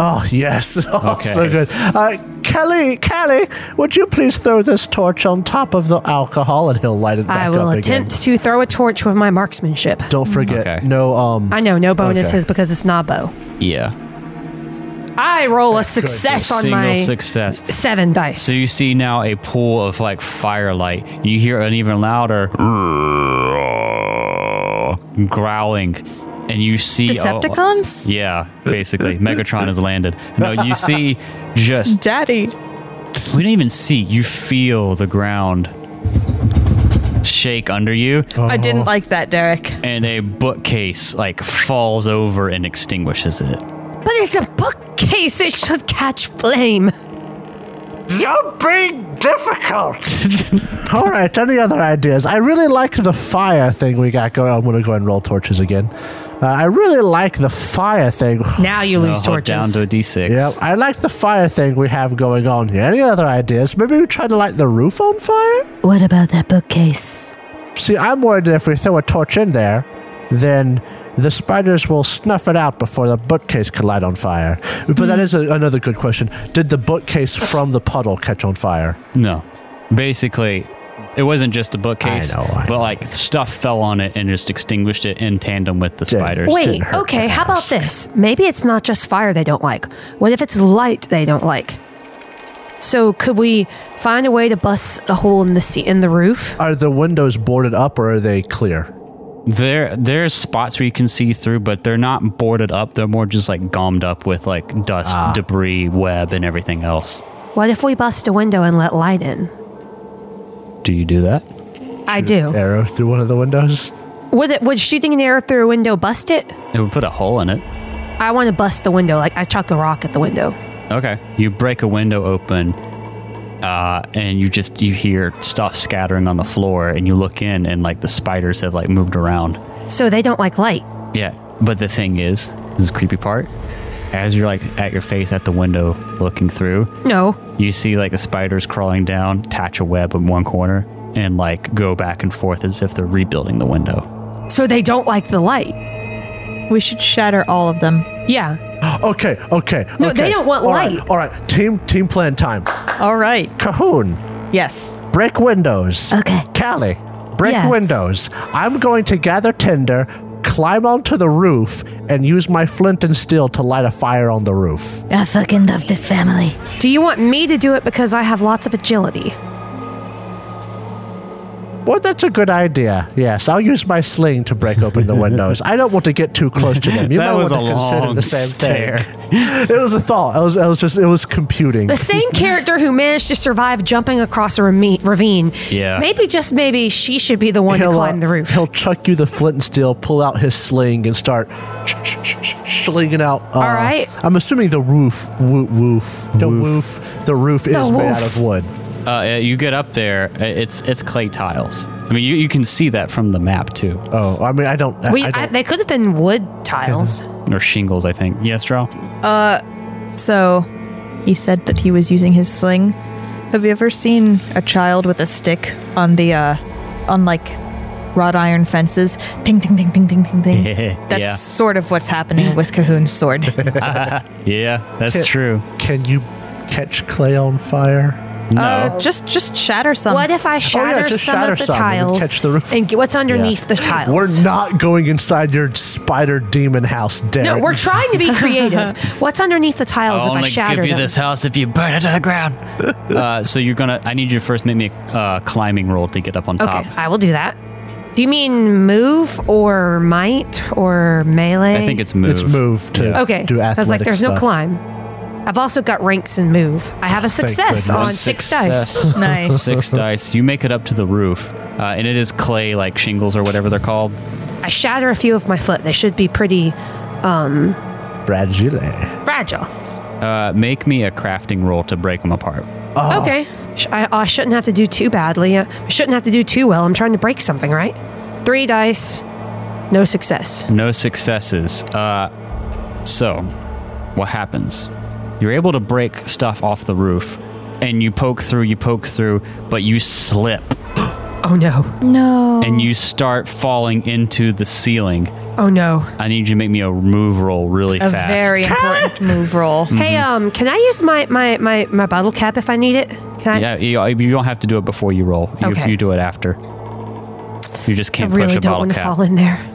C: Oh yes, oh,
D: Okay.
C: so good. Uh, Kelly, Kelly, would you please throw this torch on top of the alcohol, and he'll light it back
F: I will
C: up
F: attempt
C: again.
F: to throw a torch with my marksmanship.
C: Don't forget,
D: Okay.
C: no. Um,
F: I know no bonuses
C: Okay.
F: because it's not bow.
D: yeah,
F: I roll a success on
D: single
F: my
D: success.
F: seven dice.
D: So you see now a pool of like firelight. You hear an even louder growling, and you see oh,
H: Decepticons?
D: yeah, basically, Megatron has landed. No, you see just
E: daddy
D: we don't even see. You feel the ground shake under you,
E: i didn't like that derek
D: and a bookcase like falls over and extinguishes it.
F: but it's a bookcase. face, it should catch flame.
K: You're being difficult.
C: All right, any other ideas? I really like the fire thing we got going. I'm going to go and roll torches again. Uh, I really like the fire thing.
F: Now you lose
D: Hold
F: torches.
D: down to a d6.
C: Yep, I like the fire thing we have going on here. Any other ideas? Maybe we try to light the roof on fire?
B: What about that bookcase?
C: See, I'm worried that if we throw a torch in there, then the spiders will snuff it out before the bookcase can light on fire. But that is a, another good question. Did the bookcase from the puddle catch on fire?
D: No. Basically, it wasn't just the bookcase,
C: I know, I
D: but like stuff fell on it and just extinguished it in tandem with the spiders.
F: Wait, okay, how about this? Maybe it's not just fire they don't like. What if it's light they don't like? So could we find a way to bust a hole in the sea, in the roof?
C: Are the windows boarded up or are they clear?
D: There, there's spots where you can see through, but they're not boarded up. They're more just like gommed up with like dust,
C: Ah.
D: debris, web, and everything else.
F: What if we bust a window and let light in?
D: Do you do that?
F: I do.
C: Arrow through one of the windows?
F: Would it would shooting an arrow through a window bust it?
D: It would put a hole in it.
F: I want to bust the window, like I chuck a rock at the window.
D: Okay. You break a window open, uh, and you just you hear stuff scattering on the floor, and you look in, and like the spiders have like moved around.
F: So they don't like light.
D: Yeah. But the thing is, this is the creepy part. As you're like at your face at the window looking through,
F: No.
D: you see like the spiders crawling down, attach a web in one corner, and like go back and forth as if they're rebuilding the window.
F: So they don't like the light.
G: We should shatter all of them.
F: Yeah.
C: Okay, okay.
F: No,
C: okay.
F: they don't want
C: All right,
F: light.
C: all right, team team plan time.
E: All right.
C: Cahoon,
E: Yes.
C: break windows.
B: Okay.
C: Callie, break
G: Yes.
C: windows. I'm going to gather tinder, climb onto the roof, and use my flint and steel to light a fire on the roof.
B: I fucking love this family.
F: Do you want me to do it because I have lots of agility?
C: Well, that's a good idea. Yes, I'll use my sling to break open the windows. I don't want to get too close to them. You
D: That
C: might
D: was
C: want to
D: a
C: consider
D: long
C: the same
D: stare.
C: thing. It was a thought. I was, I was just, it was computing.
F: The same character who managed to survive jumping across a rame- ravine.
D: Yeah.
F: Maybe just maybe she should be the one to
C: uh,
F: climb the roof.
C: He'll chuck you the flint and steel, pull out his sling, and start sh- sh- sh- sh- slinging out. Uh,
F: All right.
C: I'm assuming the roof, woo- woof, the woof, the roof is made
F: woof.
C: out of wood.
D: Uh, you get up there, uh, it's it's clay tiles. I mean, you, you can see that from the map too,
C: Oh, I mean, I don't. I-
F: We,
C: I
F: I,
C: don't
F: they could have been wood tiles.
D: or shingles, I think. Yes, Draw.
G: So he said that he was using his sling. Have you ever seen a child with a stick on the uh on like wrought iron fences? Ding ding ding ding ding ding ding.
F: Eh,
G: That's
D: yeah,
G: sort of what's happening with Cahoon's sword.
D: yeah, that's true.
C: can you catch clay on fire?
D: No,
G: Uh, just just shatter some.
F: What if I shatter
C: Oh, just
F: some
C: shatter
F: of the
C: some and
F: tiles
C: catch the roof.
F: and get what's underneath the tiles?
C: We're not going inside your spider demon house, Derek.
F: no, we're trying to be creative. what's underneath the tiles
D: I'll
F: if I
D: only
F: shatter
D: give you
F: them?
D: this house if you burn it to the ground. uh, so you're gonna. I need you to first make me a uh, climbing roll to get up on
F: Okay,
D: top.
F: I will do that. Do you mean move or might or melee?
D: I think it's move.
C: It's move to
F: Okay.
C: do
F: I was like,
C: athletic
F: there's no
C: stuff.
F: climb. I've also got ranks in move. I have a success
C: goodness.
F: on six dice.
G: nice.
D: Six dice. You make it up to the roof, uh, and it is clay, like shingles or whatever they're called.
F: I shatter a few of my foot. They should be pretty
C: Fragile.
F: fragile.
D: Uh, make me a crafting roll to break them apart. Ah.
F: Okay. Sh- I, I shouldn't have to do too badly. I shouldn't have to do too well. I'm trying to break something, right? Three dice, no success.
D: No successes. Uh, so, what happens? You're able to break stuff off the roof, and you poke through, you poke through, but you slip
F: Oh no.
G: No.
D: and you start falling into the ceiling.
F: Oh no.
D: I need you to make me a move roll really
G: A
D: fast.
G: very important move roll.
F: Hey, um, can I use my, my, my, my bottle cap if I need it? Can I?
D: yeah, you, you don't have to do it before you roll. You,
F: Okay.
D: you do it after. You just
F: I
D: can't push
F: really
D: a
F: don't
D: bottle
F: want to
D: cap.
F: fall in there.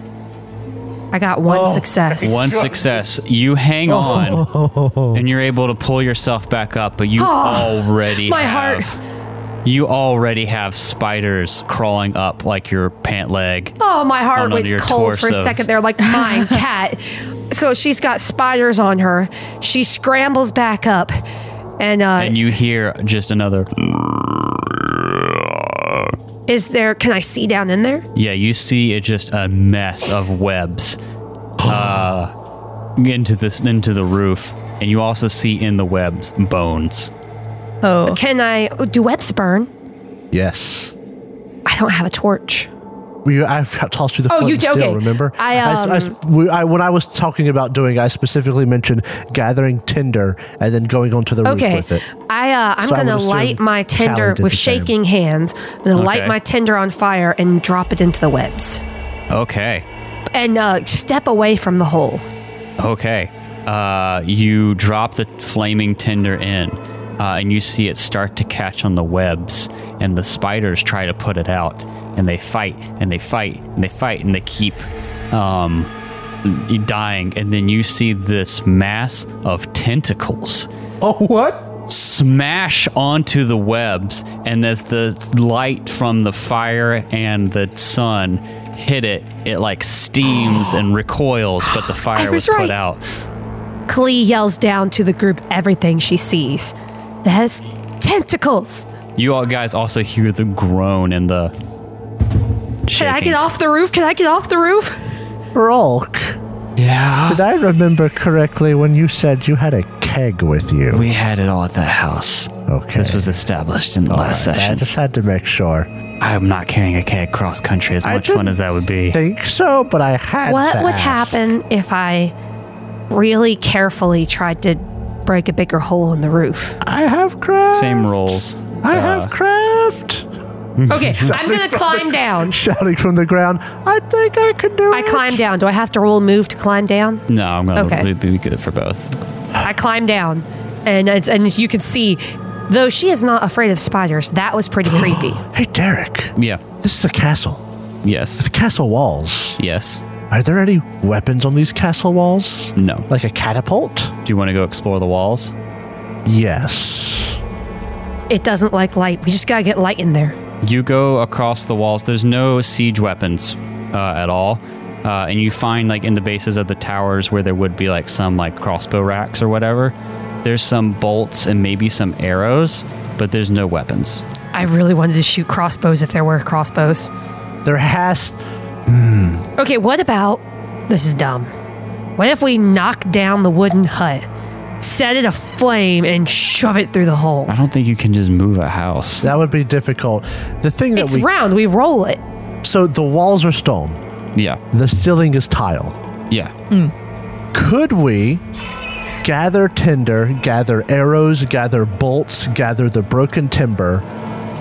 F: I got one success.
D: One success. You hang on, and you're able to pull yourself back up, but you already
F: my
D: have, You already have spiders crawling up like your pant leg.
F: Oh, my
D: Oh,
F: heart
D: no, your
F: went cold for a
D: torsos.
F: second there, like my cat. So she's got spiders on her. She scrambles back up, and, uh,
D: And you hear just another.
F: is there? Can I see down in there?
D: Yeah, you see it just a mess of webs uh, into this into the roof, and you also see in the webs bones.
F: Oh. Can I do webs burn?
C: Yes.
F: I don't have a torch.
C: We, I tossed you the
F: Oh,
C: flint
F: you
C: and
F: did-
C: steel,
F: okay.
C: remember?
F: I,
C: s- I s-
F: um,
C: we- I- when I was talking about doing, I specifically mentioned gathering tinder and then going onto the
F: okay.
C: roof with it.
F: I uh, I'm
C: So I would
F: gonna
C: assume
F: light my
C: Callie
F: tinder
C: did
F: with
C: the same.
F: shaking hands. I'm gonna light
D: Okay.
F: my tinder on fire and drop it into the webs.
D: Okay.
F: And uh, step away from the hole.
D: Okay. Uh, you drop the flaming tinder in, uh, and you see it start to catch on the webs, and the spiders try to put it out, and they fight, and they fight, and they fight, and they keep um, dying. And then you see this mass of tentacles.
C: Oh, what?
D: Smash onto the webs, and as the light from the fire and the sun hit it, it like steams and recoils, but the fire
F: was
D: was, put
F: right.
D: out.
F: Klee yells down to the group everything she sees. There's tentacles.
D: You all guys also hear the groan and the. Shaking.
F: Can I get off the roof? Can I get off the roof?
C: Rolk.
D: Yeah.
C: Did I remember correctly when you said you had a keg with you?
D: We had it all at the house.
C: Okay.
D: This was established in the last
C: Alright, I
D: session.
C: just had to make sure.
D: I'm not carrying a keg cross country as
C: I
D: much fun
C: didn't
D: as that would be.
C: Think so, but I had
F: What
C: to
F: would
C: ask.
F: happen if I really carefully tried to break a bigger hole in the roof?
C: I have craft.
D: Same uh, rolls.
C: I have craft.
F: Okay, I'm gonna climb down.
C: Shouting from the ground, I think I could do
F: I
C: it.
F: climb down. Do I have to roll move to climb down?
D: No, I'm gonna
F: Okay.
D: it'd be good for both.
F: I climb down, and it's, and you can see, though she is not afraid of spiders. That was pretty creepy.
C: Hey, Derek,
D: Yeah.
C: this is a castle.
D: Yes.
C: The castle walls.
D: Yes.
C: Are there any weapons on these castle walls?
D: No.
C: Like a catapult?
D: Do you want to go explore the walls?
C: Yes.
F: It doesn't like light. We just gotta get light in there.
D: You go across the walls. There's no siege weapons uh, at all, uh, and you find like in the bases of the towers where there would be like some like crossbow racks or whatever. There's some bolts and maybe some arrows, but there's no weapons.
F: I really wanted to shoot crossbows if there were crossbows.
C: There has.
F: Okay, what about this is dumb. What if we knock down the wooden hut, set it aflame, and shove it through the hole?
D: I don't think you can just move a house.
C: That would be difficult. The thing that
F: It's
C: we.
F: round. We roll it.
C: so the walls are stone,
D: yeah,
C: the ceiling is tile.
D: yeah.
C: could we gather tinder, gather arrows, gather bolts, gather the broken timber,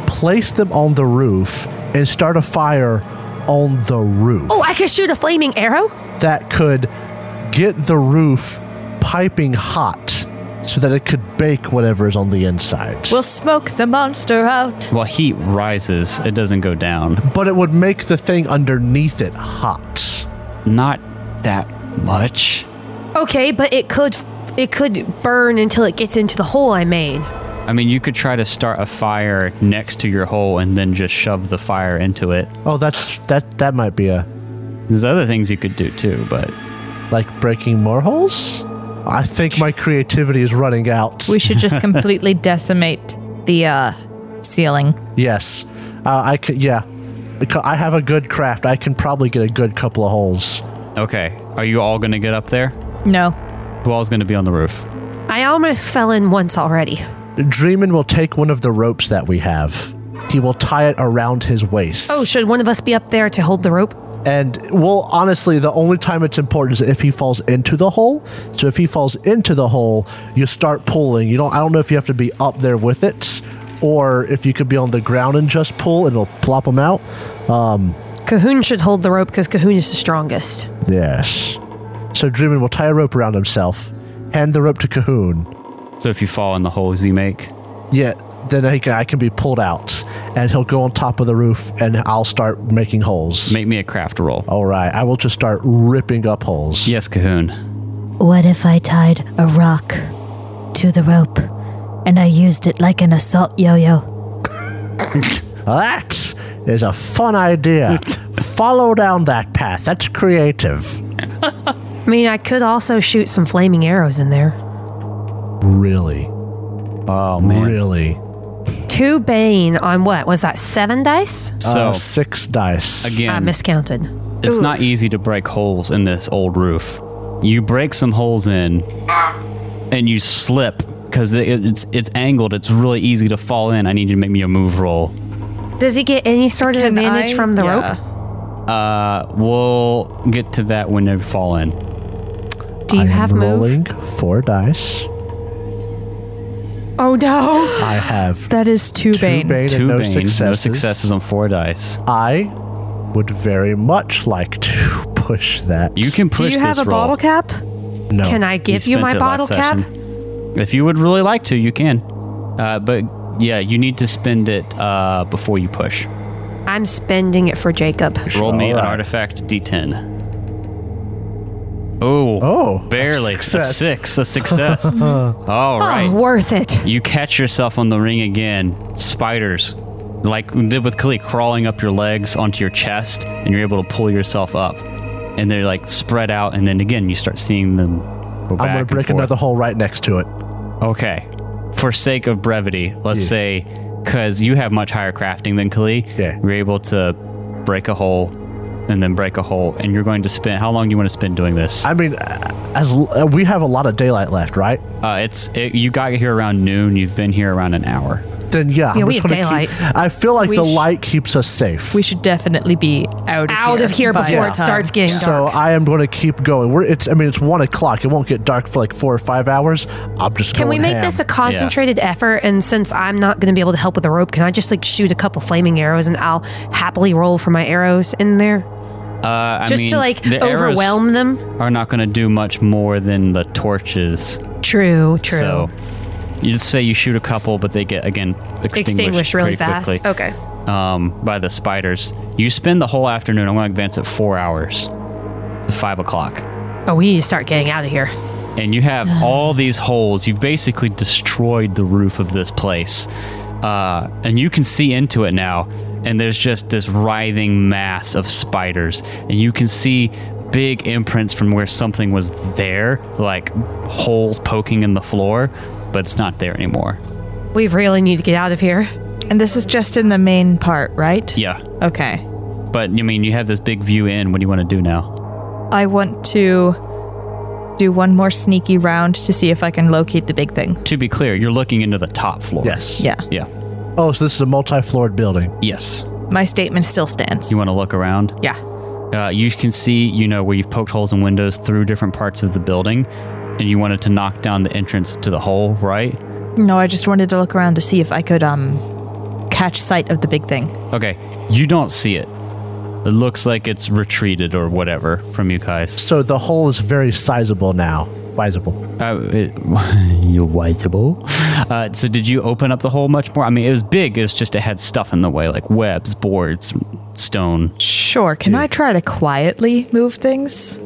C: place them on the roof, and start a fire on the roof?
F: Oh, I can shoot a flaming arrow.
C: That could get the roof piping hot so that it could bake whatever is on the inside.
G: We'll smoke the monster out.
D: Well, heat rises; it doesn't go down.
C: but it would make the thing underneath it hot.
D: Not that much.
F: Okay, but it could it could burn until it gets into the hole I made.
D: I mean, you could try to start a fire next to your hole and then just shove the fire into it.
C: Oh, that's that that might be a
D: There's other things you could do too, but
C: like breaking more holes? I think my creativity is running out.
G: We should just completely decimate the uh, ceiling.
C: Yes, uh, I could. Yeah, Beca- I have a good craft. I can probably get a good couple of holes.
D: Okay. Are you all going to get up there?
G: No.
D: Who all's going to be on the roof?
F: I almost fell in once already.
C: Dreamin will take one of the ropes that we have. He will tie it around his waist.
F: Oh, should one of us be up there to hold the rope?
C: And well, honestly, the only time it's important is if he falls into the hole. So if he falls into the hole, you start pulling. You don't. I don't know if you have to be up there with it, or if you could be on the ground and just pull, and it'll plop him out.
F: Cahoon should hold the rope because Cahoon is the strongest.
C: Yes. So Dreamin will tie a rope around himself, hand the rope to Cahoon,
D: So if you fall in the holes you make.
C: Yeah, then I can, I can be pulled out, and he'll go on top of the roof, and I'll start making holes.
D: Make me a craft roll.
C: All right, I will just start ripping up holes.
D: Yes, Cahoon.
B: What if I tied a rock to the rope and I used it like an assault yo yo?
C: That is a fun idea. Follow down that path. That's creative.
F: I mean, I could also shoot some flaming arrows in there.
C: Really,
D: Oh, man.
C: really.
F: Two Bane on what? Was that seven dice?
D: So,
C: Uh, six dice.
F: I
D: again,
F: miscounted.
D: it's not easy to break holes in this old roof. You break some holes in, and you slip because it, it's it's angled. It's really easy to fall in. I need you to make me a move roll.
F: Does he get any sort of
D: Can
F: advantage
D: I-
F: from the
D: yeah.
F: rope?
D: Uh, we'll get to that when they fall in.
F: Do you have
C: I'm
F: move?
C: rolling four dice.
F: Oh no!
C: I have
E: That is two bane.
D: Two bane, no successes on four dice.
C: I would very much like to push that.
D: You can
E: Do
D: push
E: you have a
D: this roll.
E: bottle cap?
C: No.
F: Can I give you
D: spent
F: my
D: it last
F: bottle cap?
D: session. If you would really like to, you can. Uh, but yeah, you need to spend it uh, before you push.
F: I'm spending it for Jacob.
D: Roll me an
F: Alright.
D: artifact d10. Oh,
C: oh,
D: barely
F: success.
D: a six, a success. All right,
F: Oh, worth it.
D: You catch yourself on the ring again. Spiders, like we did with Klee, crawling up your legs onto your chest, and you're able to pull yourself up. And they're like spread out, and then again you start seeing them. Go
C: I'm gonna break another hole right next to it.
D: Okay. For sake of brevity, let's say, because you have much higher crafting than Kali, yeah. you're able to break a hole and then break a hole, and you're going to spend how long do you want to spend doing this?
C: I mean, uh, as l- uh, we have a lot of daylight left, right?
D: Uh, it's it, you got here around noon. You've been here around an hour.
C: Then yeah,
D: Yeah,
C: I'm
D: we
C: just
D: have
C: gonna keep- I feel like
D: We
C: the
D: sh-
C: light keeps us safe.
E: We should definitely be out of
F: Out
E: here
F: of here
E: by
F: before
E: that
F: it
E: time.
F: starts getting dark.
C: So I am going to keep going. We're it's. I mean, it's one o'clock. It won't get dark for like four or five hours. I'm just.
F: Can we
C: going
F: make
C: ham.
F: this a concentrated effort? And since I'm not going to be able to help with the rope, can I just like shoot a couple flaming arrows and I'll happily roll for my arrows in there?
D: Uh, I
F: Just to,
D: mean,
F: like,
D: the arrows
F: overwhelm them?
D: are not going to do much more than the torches.
F: True, true.
D: So you just say you shoot a couple, but they get again extinguished
F: Extinguish really
D: pretty
F: fast.
D: quickly,
F: Okay.
D: Um, by the spiders. You spend the whole afternoon. I'm going to advance it four hours to five o'clock.
F: Oh, we need to start getting out of here.
D: and you have all these holes. You've basically destroyed the roof of this place, uh, and you can see into it now. And there's just this writhing mass of spiders, and you can see big imprints from where something was there, like holes poking in the floor, but it's not there anymore.
F: We really need to get out of here.
G: And this is just in the main part, right?
D: Yeah,
G: Okay.
D: but I mean, you have this big view in. What do you want to do now?
G: I want to do one more sneaky round to see if I can locate the big thing.
D: To be clear, you're looking into the top floor.
C: Yes.
G: Yeah.
D: Yeah.
C: Oh, so this is a multi-floored building.
D: Yes.
G: My statement still stands.
D: You want to look around?
G: Yeah.
D: Uh, you can see, you know, where you've poked holes in windows through different parts of the building, and you wanted to knock down the entrance to the hole, right?
G: No, I just wanted to look around to see if I could um catch sight of the big thing.
D: Okay, you don't see it. It looks like it's retreated or whatever from you guys.
C: So the hole is very sizable now. Sizable.
D: Uh, it, you're wiseable. Uh, so, did you open up the hole much more? I mean, it was big. It's just it had stuff in the way, like webs, boards, stone.
G: Sure. Can I try to quietly move things?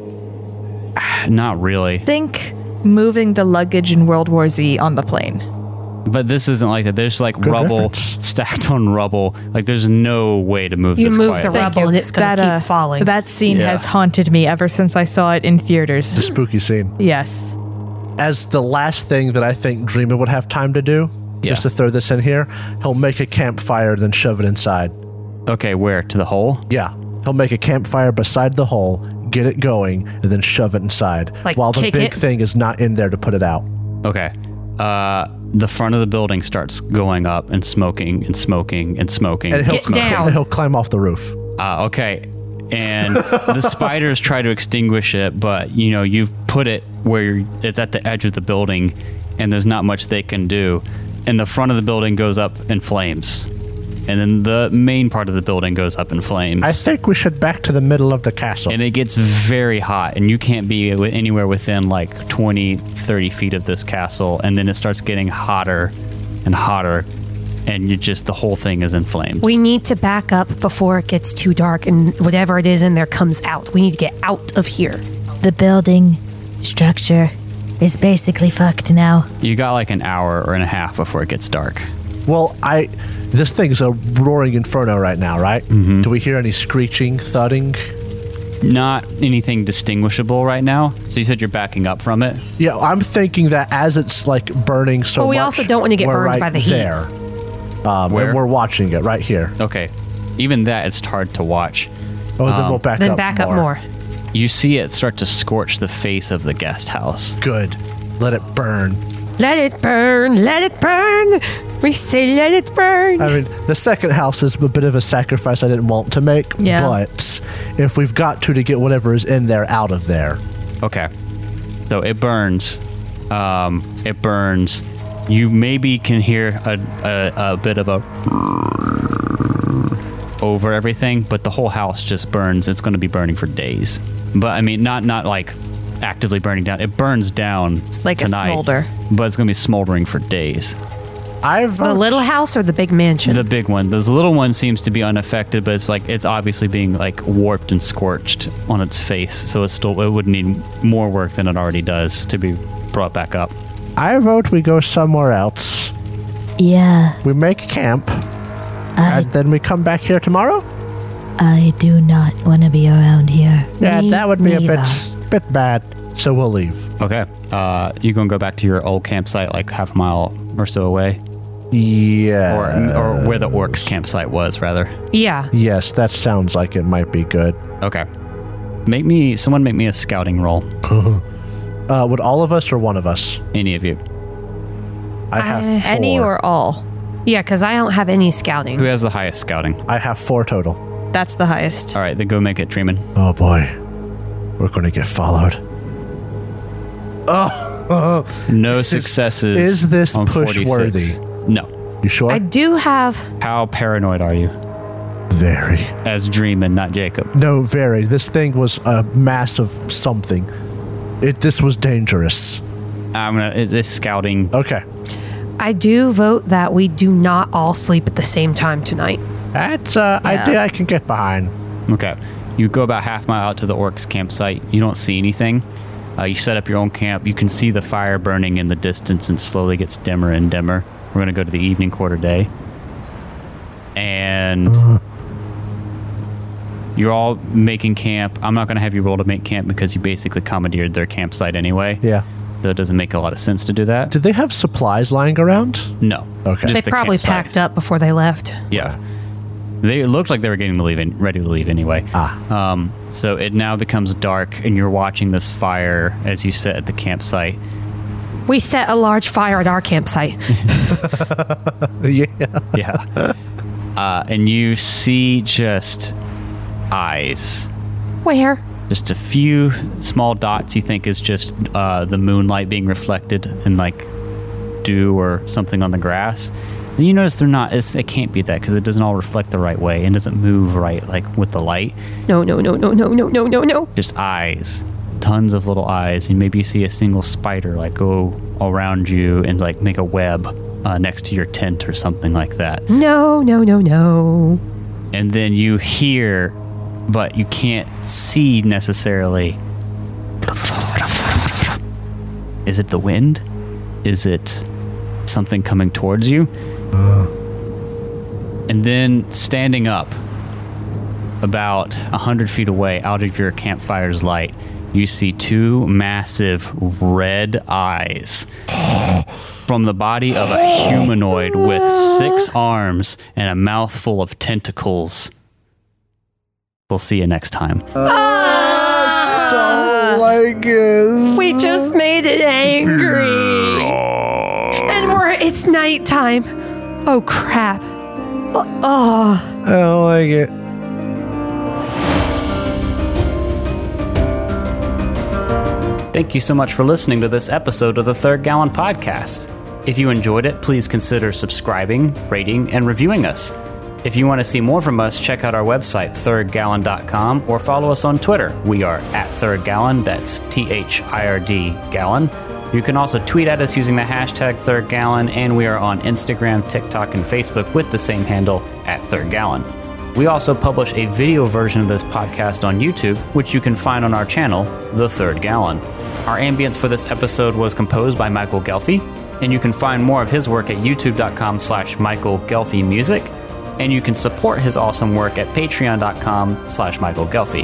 D: Not really.
G: Think moving the luggage in World War Z on the plane.
D: But this isn't like that. There's like
G: Good
D: rubble
G: reference.
D: stacked on rubble. Like there's no way to move this quietly.
F: rubble and it's gonna keep falling.
E: That scene
D: Yeah.
E: has haunted me ever since I saw it in theaters.
C: The spooky scene.
E: Yes.
C: As the last thing that I think Dreamer would have time to do, just to throw this in here, he'll make a campfire, then shove it inside.
D: Okay, where? To the hole?
C: Yeah. He'll make a campfire beside the hole, get it going, and then shove it inside.
D: Like,
C: while the
D: kick
C: big
D: it?
C: thing is not in there to put it out.
D: Okay. Uh, the front of the building starts going up and smoking and smoking and smoking.
C: And
D: and
C: he'll,
D: smoking.
C: and he'll climb off the roof.
D: Uh, okay. And the spiders try to extinguish it, but you know you've put it where you're- it's at the edge of the building, and there's not much they can do. And the front of the building goes up in flames, and then the main part of the building goes up in flames.
C: I think we should back to the middle of the castle.
D: and it gets very hot and you can't be wi- anywhere within like 20 30 feet of this castle and then it starts getting hotter and hotter and you just the whole thing is in flames
F: We need to back up before it gets too dark and whatever it is in there comes out. We need to get out of here.
B: The building structure is basically fucked now.
D: you got like an hour or and a half before it gets dark
C: Well, I this thing's a roaring inferno right now, right?
D: Mm-hmm.
C: Do we hear any screeching, thudding?
D: not anything distinguishable right now so you said you're backing up from it
C: Yeah, I'm thinking that as it's like burning so
F: Well, we
C: much,
F: also don't wanna get
C: we're
F: burned
C: right
F: by the heat.
C: There, um,
D: Where?
C: and we're watching it right here.
D: okay even that it's hard to watch
C: Oh, then
D: Um,
C: we'll back
F: then
C: up.
F: back up more.
D: you see it start to scorch the face of the guest house
C: Good. Let it burn.
F: Let it burn, let it burn. We say let it burn.
C: I mean, the second house is a bit of a sacrifice I didn't want to make.
F: Yeah.
C: But if we've got to to get whatever is in there out of there.
D: Okay. So it burns. Um, it burns. You maybe can hear a, a, a bit of a over everything, but the whole house just burns. It's going to be burning for days. But I mean, not not like actively burning down. It burns down
G: Like a
D: tonight,
G: smolder.
D: but it's going to be smoldering for days.
C: I've
F: the little house or the big mansion.
D: The big one. This little one seems to be unaffected, but it's like it's obviously being like warped and scorched on its face. So it's still it would need more work than it already does to be brought back up.
C: I vote we go somewhere else.
B: Yeah.
C: We make camp. and then we come back here tomorrow?
B: I do not want to be around here.
C: Yeah,
B: Me
C: that would be
B: neither.
C: a bit bit bad. So we'll leave.
D: Okay. Uh, you gonna go back to your old campsite, like half a mile or so away,
C: Yeah.
D: or, or where the orcs' campsite was, rather.
F: Yeah.
C: Yes, that sounds like it might be good.
D: Okay. Make me someone make me a scouting roll.
C: Uh, would all of us or one of us?
D: Any of you.
C: I have four.
G: Uh, Any or all?
F: Yeah, because I don't have any scouting.
D: Who has the highest scouting?
C: I have four total.
G: That's the highest.
D: All right, then go make it, Dreamin.
C: Oh boy, we're going to get followed. Oh,
D: No successes.
C: is this
D: on
C: push
D: 46.
C: worthy?
D: No.
C: you sure?
F: I do have.
D: How paranoid are you?
C: Very.
D: As Dreamin, not Jacob.
C: No, very. This thing was a massive something. It. This was dangerous.
D: I'm gonna. Is this scouting?
C: Okay.
F: I do vote that we do not all sleep at the same time tonight.
C: That's an idea I can get behind.
D: Okay. You go about half mile out to the orcs' campsite. You don't see anything. Uh, you set up your own camp. You can see the fire burning in the distance and slowly gets dimmer and dimmer. We're going to go to the evening quarter day. And you're all making camp. I'm not going to have you roll to make camp because you basically commandeered their campsite anyway.
C: Yeah.
D: So it doesn't make a lot of sense to do that.
C: Do they have supplies lying around?
D: No.
C: Okay.
D: Just
F: they
D: the
F: probably
D: campsite.
F: packed up before they left.
D: Yeah. They looked like they were getting to leave in, ready to leave anyway. Ah. Um, so it now becomes dark, and you're watching this fire as you sit at the campsite.
F: We set a large fire at our campsite.
C: yeah.
D: Yeah. uh, and you see just eyes.
F: Where?
D: Just a few small dots you think is just uh, the moonlight being reflected in like dew or something on the grass. Then you notice they're not, it's, it can't be that because it doesn't all reflect the right way and doesn't move right like with the light.
F: No, no, no, no, no, no, no, no, no.
D: just eyes tons of little eyes and maybe you see a single spider like go around you and like make a web uh, next to your tent or something like that
F: No, no, no, no.
D: and then you hear but you can't see necessarily is it the wind is it something coming towards you and then standing up about 100 feet away out of your campfire's light you see two massive red eyes from the body of a humanoid with six arms and a mouth full of tentacles we'll see you next time
C: like it.
F: We just made it angry. And we're it's nighttime. Oh crap. Oh.
C: I don't like it.
D: Thank you so much for listening to this episode of the Third Gallon Podcast. If you enjoyed it, please consider subscribing, rating, and reviewing us. If you want to see more from us, check out our website, thirdgallon.com, or follow us on Twitter. We are at Third Gallon, that's T H I R D Gallon. You can also tweet at us using the hashtag Third Gallon, and we are on Instagram, TikTok, and Facebook with the same handle, at Third Gallon. We also publish a video version of this podcast on YouTube, which you can find on our channel, The Third Gallon. Our ambience for this episode was composed by Michael Gelfi, and you can find more of his work at youtube.com slash Michael Gelfi Music, and you can support his awesome work at patreon.com slash Michael Gelfi.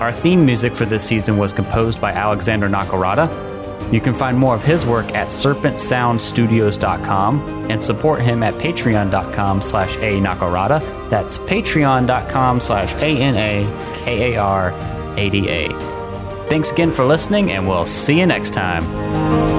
D: Our theme music for this season was composed by Alexander Nakarada, you can find more of his work at serpentsoundstudios.com and support him at patreon.com slash a nakarada. That's patreon.com slash A-N-A-K-A-R-A-D-A. Thanks again for listening, and we'll see you next time.